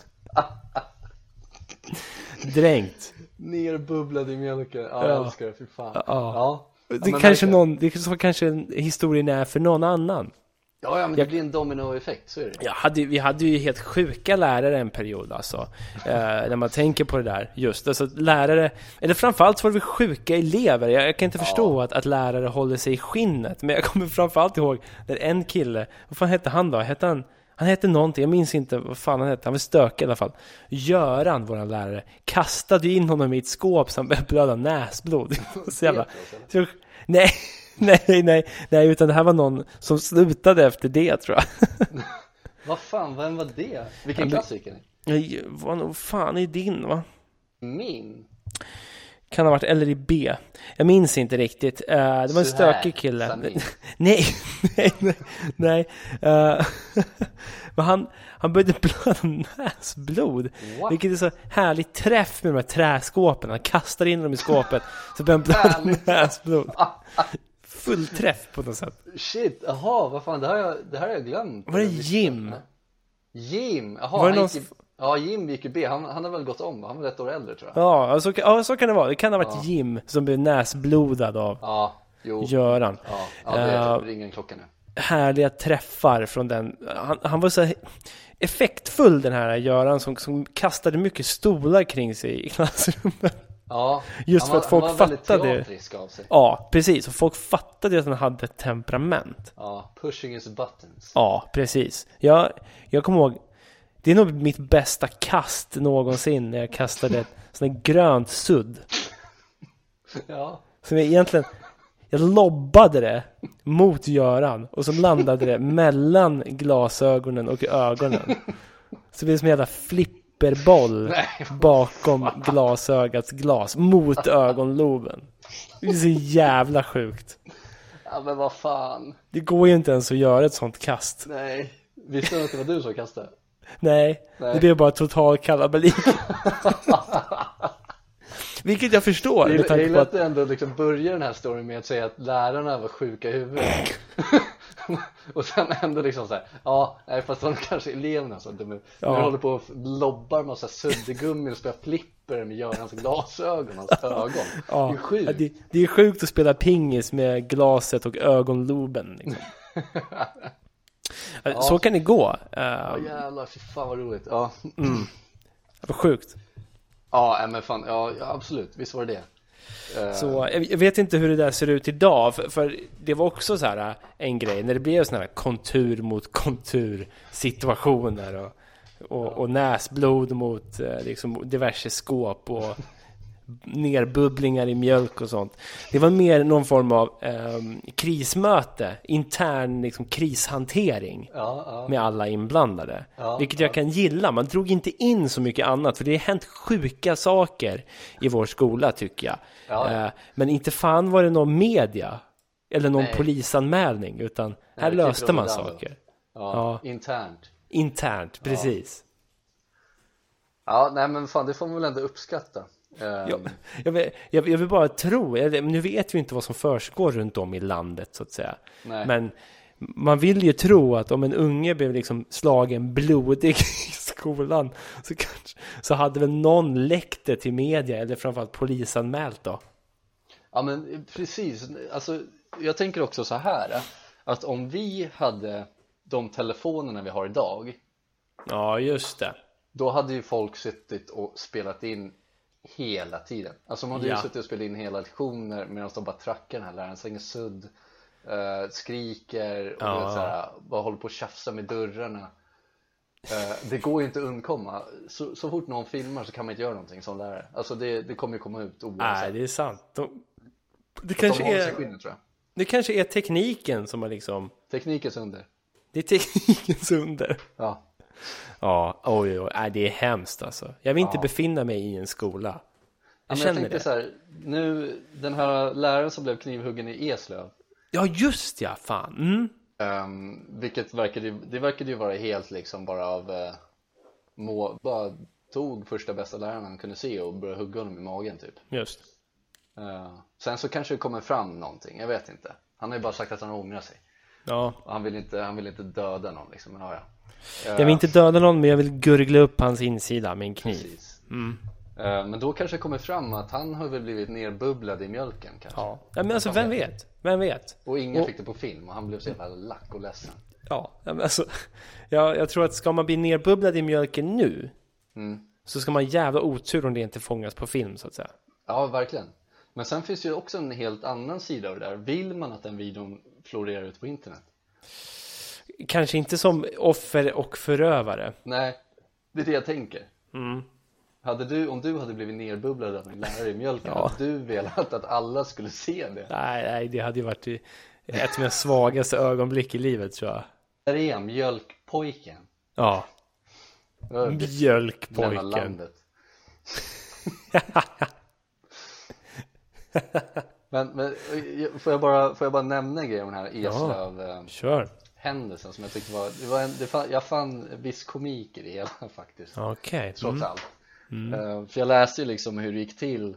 dränkt.
nerbubblad i mjölken. Ja,
Ja.
jag älskar det, fy fan.
Ja.
Ja. Ja,
Det
men
kanske
verkligen.
någon, det är så kanske historien är för någon annan.
Ja, ja, men det blir en dominoeffekt, så är det.
Jag hade, vi hade ju helt sjuka lärare en period alltså. Eh, när man tänker på det där. Just alltså att lärare, eller framförallt så var det väl sjuka elever. Jag, jag kan inte förstå att, att lärare håller sig i skinnet. Men jag kommer framförallt ihåg när en kille, vad fan hette han då? Hette han, han hette någonting, jag minns inte vad fan han hette. Han var stökig i alla fall. Göran, våran lärare, kastade ju in honom i ett skåp så han började blöda näsblod. (laughs) så jävla, så, nej, (laughs) nej, nej, nej, utan det här var någon som slutade efter det tror jag.
Vad fan, vem var det? Vilken klassiker?
Nej, vad nog fan är din va?
Min?
Kan ha varit, eller i B. Jag minns inte riktigt. Eh, det var en
Så här,
stökig kille.
Samir.
(laughs) nej, nej, nej. nej. Eh, (laughs) men han, han började blöda näsblod.
What?
Vilket är så härligt träff med de här träskåpen. Han kastar in dem i skåpet. så börjar han blöda
Härligt.
näsblod. Full träff på något sätt.
Shit, jaha, vad fan, det här, har jag, det här har jag glömt.
Var det Jim?
Jim, jaha,
Var det
han gick
någon
i, ja Jim gick i B, han, han har väl gått om va? Han var ett år äldre tror jag
Ja, så, kan- ja, så kan det vara. Det kan ha varit Jim som blev näsblodad av
Ja, jo, ja,
Göran.
ja, det
Eh,
ringer en klocka nu
härliga träffar från den. Han, han var så här effektfull den här Göran som, som kastade mycket stolar kring sig i (laughs) klassrummet.
Ja,
just
han
för
var-
att folk
han var väldigt
fattade-
teatrisk av sig
Ja, precis. Och folk fattade att han hade ett temperament.
Ja, pushing his buttons (laughs)
Ja, precis. Jag, jag kommer ihåg, det är nog mitt bästa kast någonsin när jag kastade ett sånt här grönt sudd.
Ja,
Som jag egentligen, jag lobbade det mot Göran och så landade det mellan glasögonen och ögonen. Så det blev som en jävla flipperboll bakom glasögats glas mot ögonloben. Det är så jävla sjukt.
ja men vad fan,
Det går ju inte ens att göra ett sånt kast.
nej Visste du att det var du som kastade?
Nej,
Nej.
det blev bara total kalabalik. Vilket jag förstår
Jag
med
gillar- jag
tanke
gillar
på att
att du ändå liksom börjar den här storyn med att säga att lärarna var sjuka i
(laughs)
huvudet Och sen ändå liksom såhär, ja, nej fast de kanske eleverna så dumma ja.
Ja.
Nu håller på och lobbar massa suddgummi och spelar flipper med Görans glasögon,
(laughs)
hans ögon Det är
Ja,
sjukt
det, det är sjukt att spela pingis med glaset och ögonloben.
(laughs)
Liksom. Ja, Så kan det gå. Eh,
Ja jävlar, fy fan vad roligt Ja,
vad sjukt.
ja nej, men fan, ja, ja absolut, visst var det det Eh,
Så, jag jag vet inte hur det där ser ut idag, för, för det var också så här eh, en grej när det blev sådana här kontur mot kontur situationer och, och, och näsblod mot eh, liksom, diverse skåp och (laughs) nerbubblingar i mjölk och sånt. Det var mer någon form av ehm, krismöte, intern liksom, krishantering.
Ja, ja,
med alla inblandade.
Ja,
vilket jag kan gilla. Man drog inte in så mycket annat. För det har hänt sjuka saker i vår skola tycker jag.
Ja, ja.
Eh, Men inte fan var det någon media. Eller någon
Nej.
polisanmälning. Utan här
det
löste
klipper
man
de undan då.
saker.
ja, internt
Internt, precis.
Ja, nej men fan det får man väl ändå uppskatta Eh,
Jag, jag, vill, jag, vill- jag vill bara tro, eller, nu vet vi inte vad som försiggår runt om i landet så att säga.
Nej.
Men man vill ju tro att om en unge blev liksom slagen blodig (laughs) i skolan så, kanske, så hade väl någon läckt det till media eller framförallt polisanmält då.
Ja eh, men precis, alltså jag tänker också så här att om eh, vi hade de telefonerna vi har idag
Ja, just det.
Då hade ju folk suttit och spelat in hela tiden Alltså man hade
Ja.
ju suttit och spelat in hela lektioner medan de bara trackar den här läraren, slänger sudd eh, Skriker och
Ja.
du vet, så här, bara håller på och tjafsar med dörrarna Eh, Det går ju inte att undkomma så, så fort någon filmar så kan man inte göra någonting som lärare Alltså det, det kommer ju komma ut
Nej,
oavsett
det är sant. De, det,
De
kanske
håller sig i
är,
skinnet tror jag
det kanske är tekniken som har liksom...
Teknikens under
Det är (laughs) teknikens under.
Ja,
Ja, oj, oj, nej, det är hemskt alltså. Jag vill inte befinna mig i en
Ja,
skola. Jag
men jag
känner
tänkte
det.
så här, nu den här läraren som blev knivhuggen i Eslöv,
Ja, just ja, fan. Mm.
um, vilket verkade, ju- det verkade ju vara helt liksom bara av, eh, må, bara tog första bästa läraren han kunde se och började hugga honom i magen typ.
Just.
Eh, sen så kanske det kommer fram någonting, jag vet inte. Han har ju bara sagt att han ångrar sig.
Ja.
Och han vill inte, han vill inte döda någon liksom, men ja, ja.
Jag vill inte döda någon, men jag vill gurgla upp hans insida med en kniv.
Precis.
Mm.
Eh, men då kanske det kommer fram att han har väl blivit nerbubblad i mjölken kanske.
Ja. ja, men alltså vem vet? Vem vet?
Och ingen fick det på film och han blev så jävla lack och ledsen.
Ja, ja, men alltså, (laughs) ja, jag tror att ska man bli nerbubblad i mjölken nu
Mm.
så ska man ha jävla otur om det inte fångas på film så att säga.
Ja, verkligen. Men sen finns ju också en helt annan sida av det där. Vill man att den videon florerar ut på internet?
Kanske inte som offer och förövare.
Nej, det är det jag tänker. Hade du, om du hade blivit nerbubblad av en lärare i mjölken,
Ja.
hade du velat att alla skulle se det?
Nej, nej, det hade ju varit i- ett av mina svagaste ögonblick i livet tror jag.
Där är han, mjölkpojken.
Ja,
Det var det gamla
mjölkpojken.
landet. men, men får, jag bara, får jag bara nämna en grej om den här Eslöv? eh,
Kör.
händelsen som jag tyckte var, det var en, det fann, jag fann viss komik i det hela (laughs) faktiskt,
Okej. Mm.
trots allt. Eh, för jag läste ju liksom hur det gick till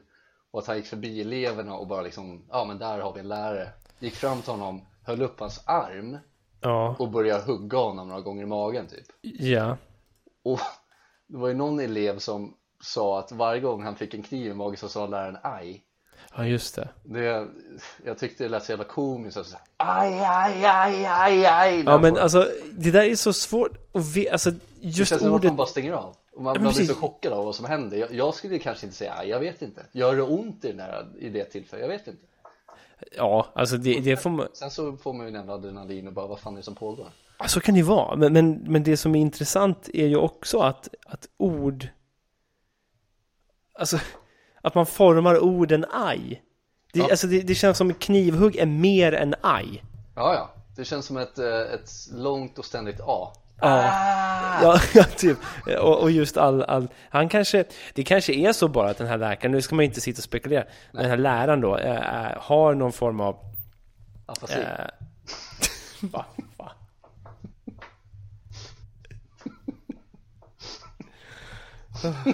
och att han gick förbi eleverna och bara liksom, ja men där har vi en lärare. Gick fram till honom, höll upp hans arm
Ja,
och började hugga honom några gånger i magen typ.
ja.
Och det var ju någon elev som sa att varje gång han fick en kniv i magen så sa läraren aj.
Ja, just det.
Det, jag tyckte det lät så jävla komiskt, alltså, så här, aj, aj, aj, aj, aj.
Ja, men alltså det där är så svårt att veta. Alltså
Det
just
känns som att
ordet.
man bara stänger av. Och man,
men
man blir så
precis.
chockad av vad som händer. Jag, jag skulle kanske inte säga, "Aj, jag vet inte. Gör det ont i, den här, i det tillfället? Jag vet inte.
Ja, alltså det, det får man.
Sen så får man ju en jävla adrenalin och bara, vad fan är det som pågår?
Ja, Så kan det ju vara, men, men, men det som är intressant är ju också att, att ord... Alltså, att man formar orden aj. Det,
Ja.
alltså, det, det känns som knivhugg är mer än aj.
Ja, ja. Det känns som ett, eh, ett långt och ständigt A.
Ja, (laughs) ja, typ. Och, och just all, all... Han kanske... Det kanske är så bara att den här läkaren, nu ska man ju inte sitta och spekulera, men den här läraren då eh, eh, har någon form av...
Afasi.
Eh, (laughs) va, va?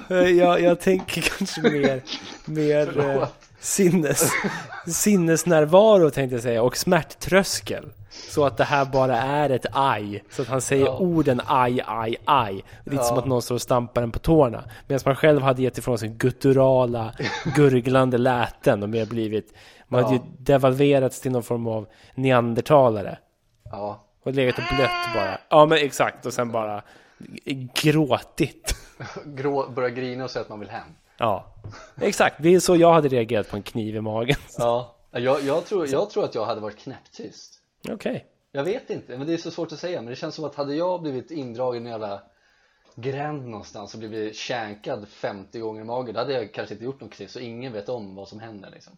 Eh, jag, jag tänker (laughs) kanske mer, mer eh, sinnes, sinnesnärvaro tänkte jag säga och smärttröskel. Så att det här bara är ett aj. Så att han säger orden aj, aj, aj. Det är inte som att någon står och stampar en på tårna. Medan man själv hade gett ifrån sig gutturala, gurglande läten och mer blivit... Man hade ju devalverats till någon form av neandertalare.
Ja.
Och legat och blött bara. Ja men exakt. Och sen bara gråtit.
Grå, börjar grina och säga att man vill hem.
Ja. Exakt. Det är så jag hade reagerat på en kniv i magen.
Ja. Jag, jag, tror, jag tror att jag hade varit knäpptyst.
Okej.
Jag vet inte, men det är så svårt att säga. Men det känns som att hade jag blivit indragen i en jävla gränd någonstans och blivit känkad 50 gånger i magen, då hade jag kanske inte gjort något kris och ingen vet om vad som händer liksom.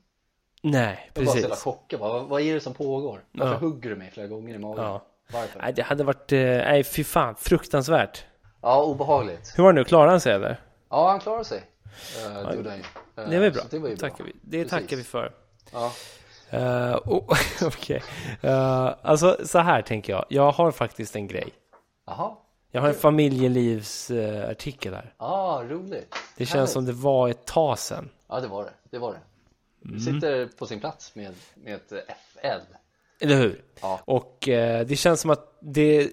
Nej,
Jag var bara så jävla
precis.
chockad, bara, vad, vad är det som pågår? Varför
Ja.
hugger du mig flera gånger i magen?
Ja.
Varför?
Nej, det hade varit... eh, Nej, fy fan. Fruktansvärt.
Ja, obehagligt.
Hur var det nu? Klarade han sig eller?
Ja, han klarar sig. Eh, det gjorde han ju. Eh,
Det var ju bra.
så Det var ju bra.
Tackar vi. Det
Precis.
tackar vi för.
Ja.
Uh, oh, (laughs) Okej. Eh, alltså så här tänker jag. Jag har faktiskt en grej.
Jaha.
Jag har
Mm.
en familjelivsartikel här.
Ah, roligt.
Det känns som det var ett tag sedan.
Ja, det var det. Det var det.
Mm.
Sitter på sin plats med, med ett eh, FL.
Eller hur?
Ja.
Och eh, det känns som att det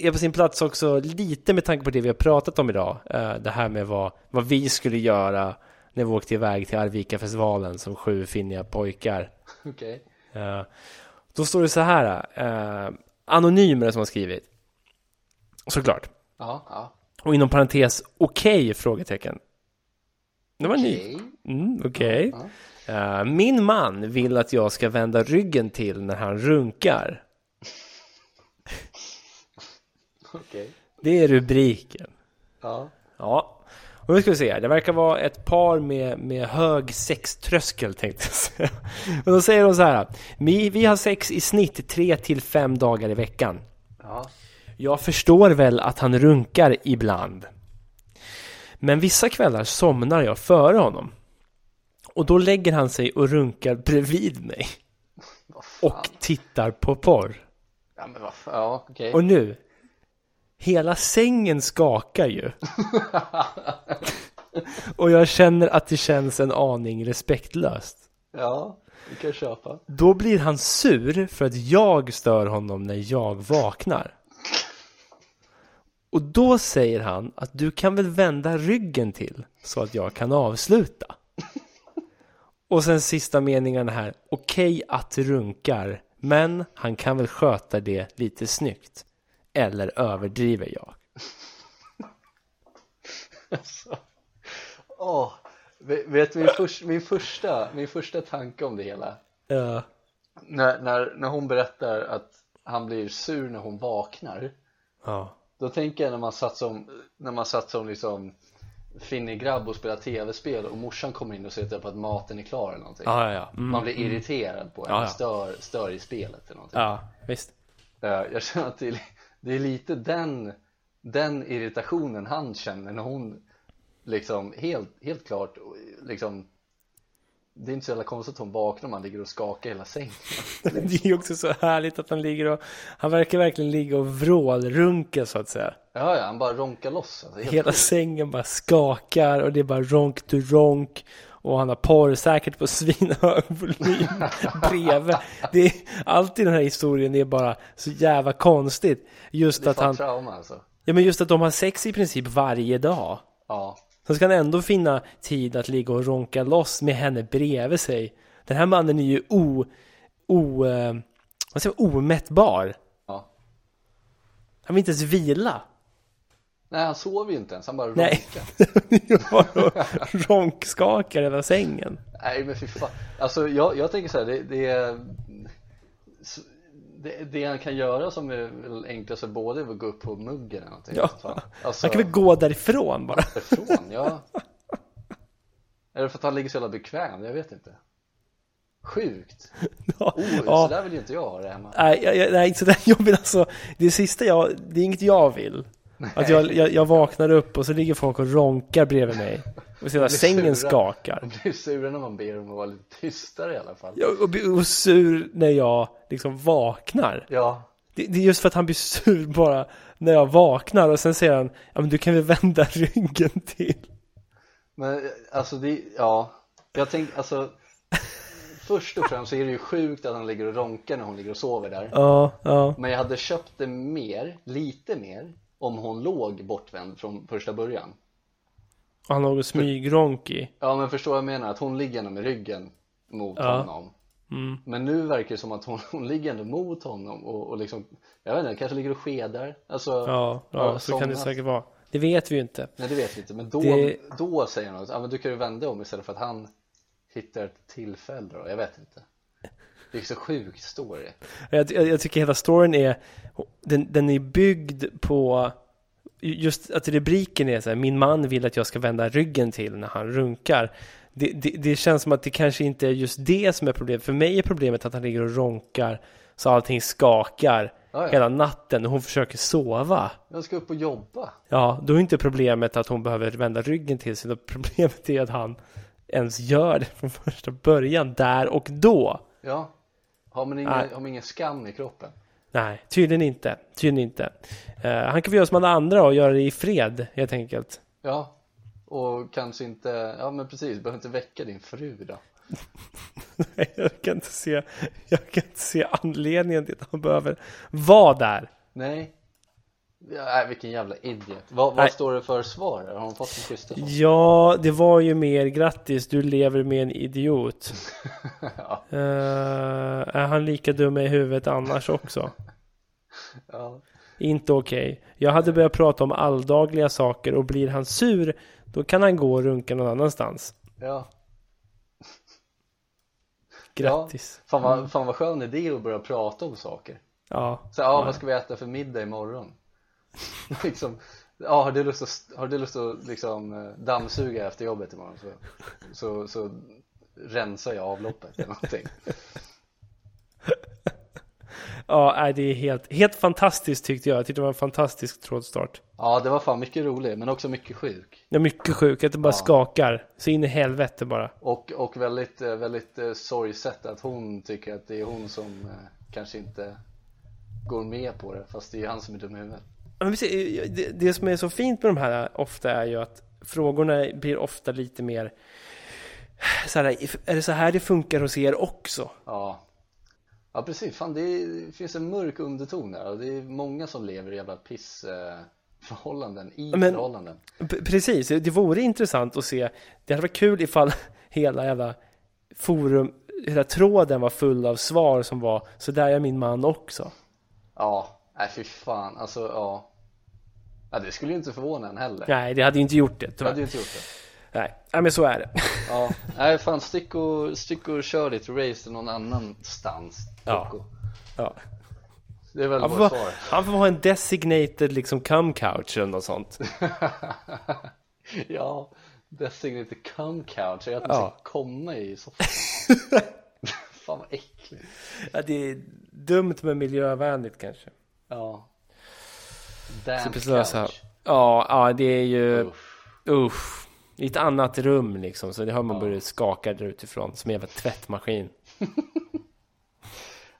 är på sin plats också lite med tanke på det vi har pratat om idag. Eh, det här med vad, vad vi skulle göra när vi åkte iväg till Arvika-festivalen som sju finniga pojkar.
(laughs) Okej.
Eh, då står det så här. Eh, anonymer som har skrivit. Såklart.
Ja, ja.
Och inom parentes, okej? frågetecken. Det var ny.
Okej.
Mm, okej. Eh, min man vill att jag ska vända ryggen till när han runkar.
Okej.
Det är rubriken.
Ja.
Ja. Och nu ska vi se här. Det verkar vara ett par med, med hög sextröskel tänkte jag säga. Och då säger de så här. Vi, vi har sex i snitt tre till fem dagar i veckan.
Ja.
Jag förstår väl att han runkar ibland. Men vissa kvällar somnar jag före honom. Och då lägger han sig och runkar bredvid mig.
Vad fan.
Och tittar på porr.
Ja, men vad fan. Ja, okej.
Och nu. Hela sängen skakar ju. och jag känner att det känns en aning respektlöst.
Ja, vi kan köpa.
Då blir han sur för att jag stör honom när jag vaknar. Och då säger han att du kan väl vända ryggen till så att jag kan avsluta. Och sen sista meningen här. Okej att du runkar, men han kan väl sköta det lite snyggt. Eller överdriver jag?
Alltså. Åh, vet vet du, min, förs- min, första, min första tanke om det hela
Ja.
när, när, när hon berättar att han blir sur när hon vaknar
Ja.
Då tänker jag när man satt som, när man satt som liksom finnig grabb och spelade tv-spel och morsan kommer in och säger typ att maten är klar eller någonting
Ja, ja, ja. Mm.
Man blir irriterad på henne,
Ja, ja.
Stör, stör i spelet eller någonting
Ja, visst.
Eh, Jag känner att det är, det är lite den, den irritationen han känner när hon liksom helt, helt klart liksom det är inte så jävla konstigt att hon vaknar och man ligger och skakar hela sängen.
(laughs) Det är ju också så härligt att han ligger och... Han verkar verkligen ligga och vrålrunka så att säga.
Ja, ja, han bara ronkar loss. Alltså, helt...
Hela sängen bara skakar och det är bara ronk to ronk. Och han har porr säkert på (laughs) svinhög volym bredvid. Det är, allt i den här historien är bara så jävla konstigt. Just
Det är
att
fan
han,
trauma alltså.
ja men just att de har sex i princip varje dag.
Ja,
Sen ska han ändå finna tid att ligga och ronka loss med henne bredvid sig. Den här mannen är ju o, o, eh, vad säger man, omättbar.
ja.
Han vill inte ens vila. (laughs)
Nej, han sover ju inte ens. Han bara ronkar.
Nej,
Nej.
bara och ronkskakar hela sängen.
men fy fan. Alltså, jag, jag tänker så här, det, det är... s- Det, det han kan göra som är väl enklast för båda är väl att gå upp på muggen eller någonting.
Ja.
Fan. Alltså,
Han kan väl gå därifrån bara. (laughs)
Ifrån, ja. Är det för att han ligger så jävla bekväm? Jag vet inte. Sjukt.
Ja,
Oh,
ja.
så där vill ju inte jag ha det hemma.
Nej, jag- jag- nej, så där, (laughs) jag vill alltså, det sista jag, det är inget jag vill. Att jag, jag, jag vaknar upp och så ligger folk och ronkar bredvid mig. Och så hela sängen
sura.
skakar.
De blir sura när man ber dem att vara lite tystare i alla fall. Ja.
Jag, och blir och sur när jag liksom vaknar. Det, det är just för att han blir (laughs) sur bara när jag vaknar och sen säger han, ja men du kan väl vända (laughs) ryggen till.
men alltså det, ja. Jag tänker, alltså. Först och främst så är det ju sjukt att han ligger och ronkar när hon ligger och sover där.
Ja, ja.
Men jag hade köpt det mer, lite mer, om hon låg bortvänd från första början.
Och han har något smygronkig.
Ja men förstår vad jag menar, att hon ligger ändå med ryggen mot
Ja.
honom
Mm.
Men nu verkar det som att hon, (laughs) hon ligger ändå mot honom och, och liksom Jag vet inte, kanske ligger och skedar Alltså,
Ja, ja, så kan det
somnat.
säkert vara. Det vet vi ju inte.
Nej det vet vi inte, men då,
Det-
då säger han att ja, men du kan ju vända om istället för att han hittar ett tillfälle då, jag vet inte Det är så sjukt story
Jag, jag, jag tycker hela storyn är, den, den är byggd på just att rubriken är så här, min man vill att jag ska vända ryggen till när han runkar. Det, det, det känns som att det kanske inte är just det som är problemet. För mig är problemet att han ligger och ronkar så allting skakar
Ja, ja.
hela natten och hon försöker sova.
Jag ska upp och jobba
Ja, då är inte problemet att hon behöver vända ryggen till sig. utan Problemet är att han ens gör det från första början, där och då.
Ja, har man ingen,
Nej.
har man ingen skam i kroppen?
Nej, tydligen inte. Tydligen inte. Eh, han kan väl göra som alla andra och göra det i fred, helt enkelt.
Ja, och kanske inte, ja men precis, behöver inte väcka din fru då
Nej, (laughs) jag kan inte se, jag kan inte se anledningen till att han behöver vara där.
Nej. Ja, nej, vilken jävla idiot. Vad,
Nej.
vad står det för svar? Har hon fått en schyssta sån?
Ja, det var ju mer grattis, du lever med en idiot.
(laughs) Ja.
Eh, (laughs) är han lika dum i huvudet annars också?
Ja.
Inte okej. Jag hade börjat prata om alldagliga saker och blir han sur, då kan han gå och runka någon annanstans.
Ja,
Grattis.
Ja, fan, vad, fan vad skön idé att börja prata om saker.
Ja.
Så, ja, vad ska vi äta för middag imorgon? (laughs) liksom, ja, har du lust att, har du lust att liksom, eh, dammsuga efter jobbet imorgon så, så, så rensar jag avloppet eller någonting.
Ja, nej, det är helt, helt fantastiskt tyckte jag. Jag tyckte det var en fantastisk trådstart.
Ja, det var fan mycket roligt men också mycket sjuk
Jag är mycket sjuk, att det bara
Ja.
skakar. Så in i helvete bara.
och, och väldigt, eh, väldigt eh, sorgset att hon tycker att det är hon som eh, kanske inte går med på det fast det är ju han som är dum i huvudet.
Ja, Men precis, det, det som är så fint med de här ofta är ju att frågorna blir ofta lite mer så här, är det så här det funkar hos er också?
Ja, ja precis. Fan, det, är, det finns en mörk underton där och det är många som lever i jävla pissförhållanden, eh, förhållanden, i
Men-
förhållanden.
P- Precis, det vore intressant att se. Det hade varit kul ifall (laughs) hela jävla forum, hela tråden var full av svar som var så där är min man också.
Ja, nej fy fan. Alltså, ja. ja. Det skulle ju inte förvåna en heller.
Nej, det hade ju inte gjort det
Jag hade ju
tyvärr.
inte gjort det.
Nej, Nej, men så är det. (laughs)
Ja, nej fan stick och, stick och kör ditt race till någon annanstans.
Ja.
Coco.
Ja.
Det är väl
Han, får,
vårt
vara-
svar. (laughs)
han får ha en designated liksom come couch eller något sånt.
Ja, designated cum couch. Jag att man
Ja.
ska komma i
(laughs)
soffan. fan vad äckligt.
Ja, det är dumt men miljövänligt kanske.
Ja. Damn
Precis så här.
couch.
Ja, ja, det är ju
Uff.
usch. I ett annat rum liksom, så det hör man
Ja.
börjar skaka där utifrån som en jävla tvättmaskin.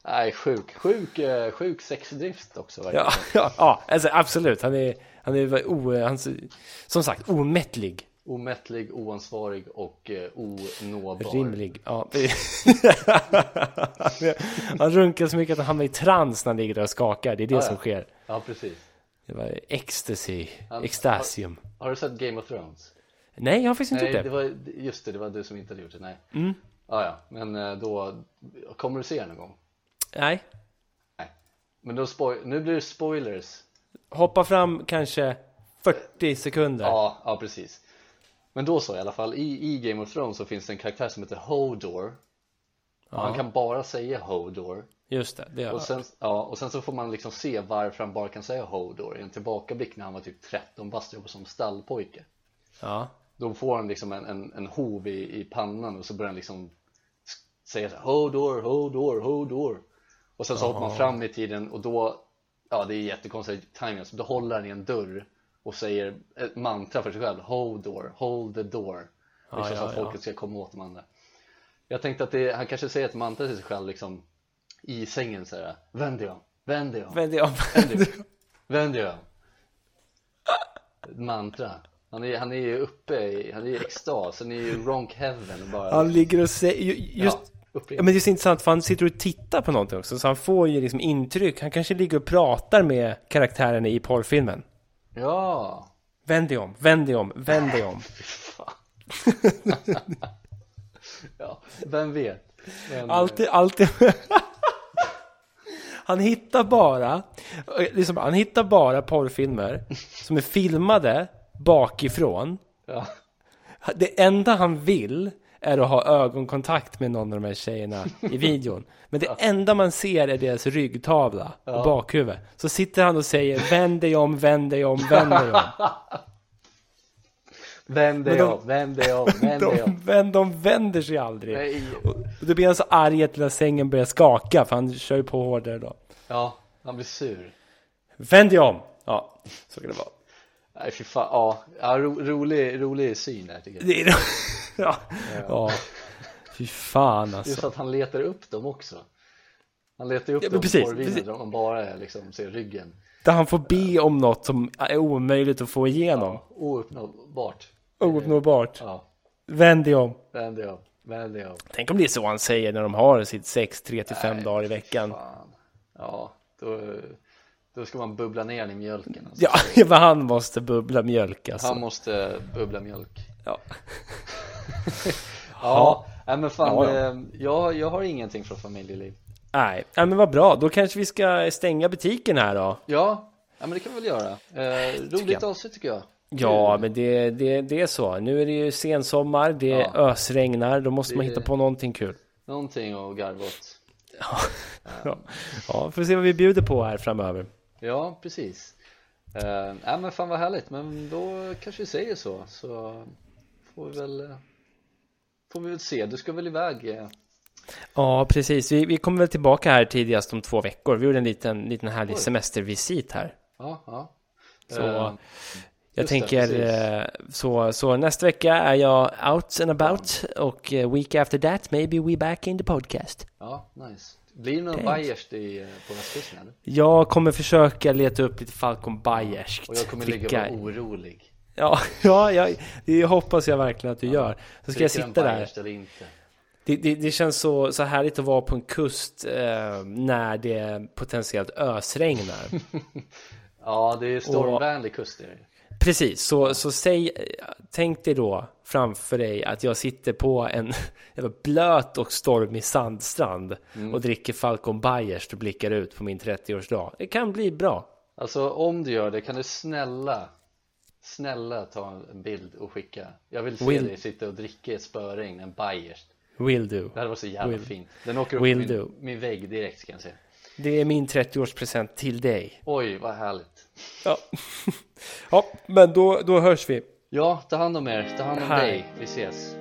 Nej, sjuk. Sjuk, eh, sjuk sexdrift också verkligen.
Ja, ja, ja alltså, absolut. Han är, han är o, han, som sagt omättlig.
Omättlig, oansvarig och eh, onåbar.
Rimlig. Ja. (laughs) han runkar så mycket att han hamnar i trans när han ligger där och skakar. Det är det
Ja, ja.
som sker.
Ja, precis.
Det var ecstasy,
Han-
extasium.
Har du sett Game of Thrones?
Nej, jag har faktiskt inte
Nej,
gjort
det
det.
var, just det, det var du som inte hade gjort det. Nej. Mm. Ja, ja, men eh, då kommer du se den någon gång?
Nej.
Nej. Men då spoil... nu blir det spoilers.
Hoppa fram kanske 40 sekunder.
Ja, ja, precis. Men då så i alla fall, i, i Game of Thrones så finns det en karaktär som heter Hodor. Och han kan bara säga Hodor.
Just det, det
Och
har
sen, ja, och sen så får man liksom se varför han bara kan säga Hodor i en tillbakablick när han var typ 13 bast och jobbade som stallpojke.
ja.
Då får han liksom en, en, en hov i, i pannan och så börjar han liksom s- säga så här, Hodor, Hodor, Hodor. Och sen så hoppar man fram i tiden och då, ja det är jättekonstig timing, så då håller han i en dörr och säger ett mantra för sig själv, Hodor, hold the door. Liksom
ja,
så att
ja.
folket ska komma åt de andra. Jag tänkte att det, han kanske säger ett mantra till sig själv liksom i sängen så här, vänd dig om, vänd dig om.
Men det,
Vänd dig om. Vänd dig om. Ett mantra. Han är, han är ju uppe i, han är i extas, han är ju ronk heaven och bara
(laughs) han ligger och säger... ju- Just,
ja, uppe i-
Ja, men det är så intressant för han sitter och tittar på någonting också, så han får ju liksom intryck. Han kanske ligger och pratar med karaktären i porrfilmen.
Ja,
Vänd dig om, vänd dig om, vänd dig om.
fy fan. ja, vem vet? Men,
Alltid, alltid. (laughs) Han hittar bara, liksom, han hittar bara porrfilmer som är filmade bakifrån.
ja,
Det enda han vill är att ha ögonkontakt med någon av de här tjejerna i videon. Men det enda man ser är deras ryggtavla och bakhuvud. Så sitter han och säger vänd dig om, vänd dig om, vänd dig om.
vänd dig
Men de-
om, vänd dig om, vänd dig
De,
om.
vänd, (laughs) de vänder sig aldrig.
Nej.
Och då blir han så arg att lilla sängen börjar skaka, för han kör ju på hårdare då.
Ja, han blir sur.
Vänd dig om! Ja, så kan det vara.
Nej, fy fan. Ja, ja ro, rolig, rolig syn där tycker jag.
Det är... (laughs) ja. ja, fy fan
Just
alltså.
att han letar upp dem också. Han letar upp
Ja, men
dem
precis,
på porrvideon
precis.
där man bara liksom ser ryggen.
Där han får be om något som är omöjligt att få igenom.
Ouppnåbart.
Ouppnåbart.
Ja,
Vänd dig om.
vänd dig om, vänd dig om.
Tänk om det är så han säger när de har sitt sex tre till fem dagar i veckan.
Fan. Ja, då, då ska man bubbla ner den i mjölken. Alltså.
Ja, (laughs) men han måste bubbla mjölk alltså.
Han måste bubbla mjölk.
Ja.
(laughs) Ja, nej, men fan,
Ja, ja.
eh, Jag, jag har ingenting från familjeliv.
Nej, ja, men vad bra. Då kanske vi ska stänga butiken här då.
Ja, Ja men det kan vi väl göra. Eh, roligt
jag.
avsnitt tycker jag.
Ja, men det, det, det är så. Nu är det ju sensommar, det
Ja.
ösregnar, då måste man
Det-
hitta på någonting kul.
Någonting att garva åt.
Ja, ja får se vad vi bjuder på här framöver.
Ja, precis. Eh, ja men fan vad härligt, men då kanske vi säger så. Så får vi väl, eh, får vi väl se. Du ska väl iväg? Eh.
Ja, precis. Vi, vi kommer väl tillbaka här tidigast om två veckor. Vi gjorde en liten, liten härlig
Oj.
semestervisit här.
Ja, ja.
Så
Eh,
jag
just
tänker,
det, precis.
eh, så, så nästa vecka är jag out and about och eh, week after that maybe we back in the podcast.
Ja, nice. Blir det någon bayerst i, eh, på västkusten eller?
Jag kommer försöka leta upp lite Falcon Bayerskt.
Och jag kommer ligga och vara orolig.
Ja, (laughs) ja jag, det hoppas jag verkligen att du gör. Så ska jag
Dricker den
sitta där.
Bayerst eller inte?
Det, det, det känns så, så härligt att vara på en kust eh, när det potentiellt ösregnar.
Ja, det är stormvänlig kust är det.
Precis, så, så säg, tänk dig då framför dig att jag sitter på en (laughs) jävla blöt och stormig sandstrand och dricker Falcon Bayerst och blickar ut på min 30-årsdag. Det kan bli bra.
Alltså om du gör det, kan du snälla Snälla ta en bild och skicka Jag vill se
Will-
dig sitta och dricka i ett spöregn, en bayerst
Will do.
Det här var så jävla
Will-
fint Den åker upp
will
min,
do.
min vägg direkt kan jag säga
Det är min 30-årspresent till dig.
Oj, vad härligt
Ja, (laughs) ja men då, då hörs vi.
Ja, ta hand om er, ta hand om
Hej.
dig, vi ses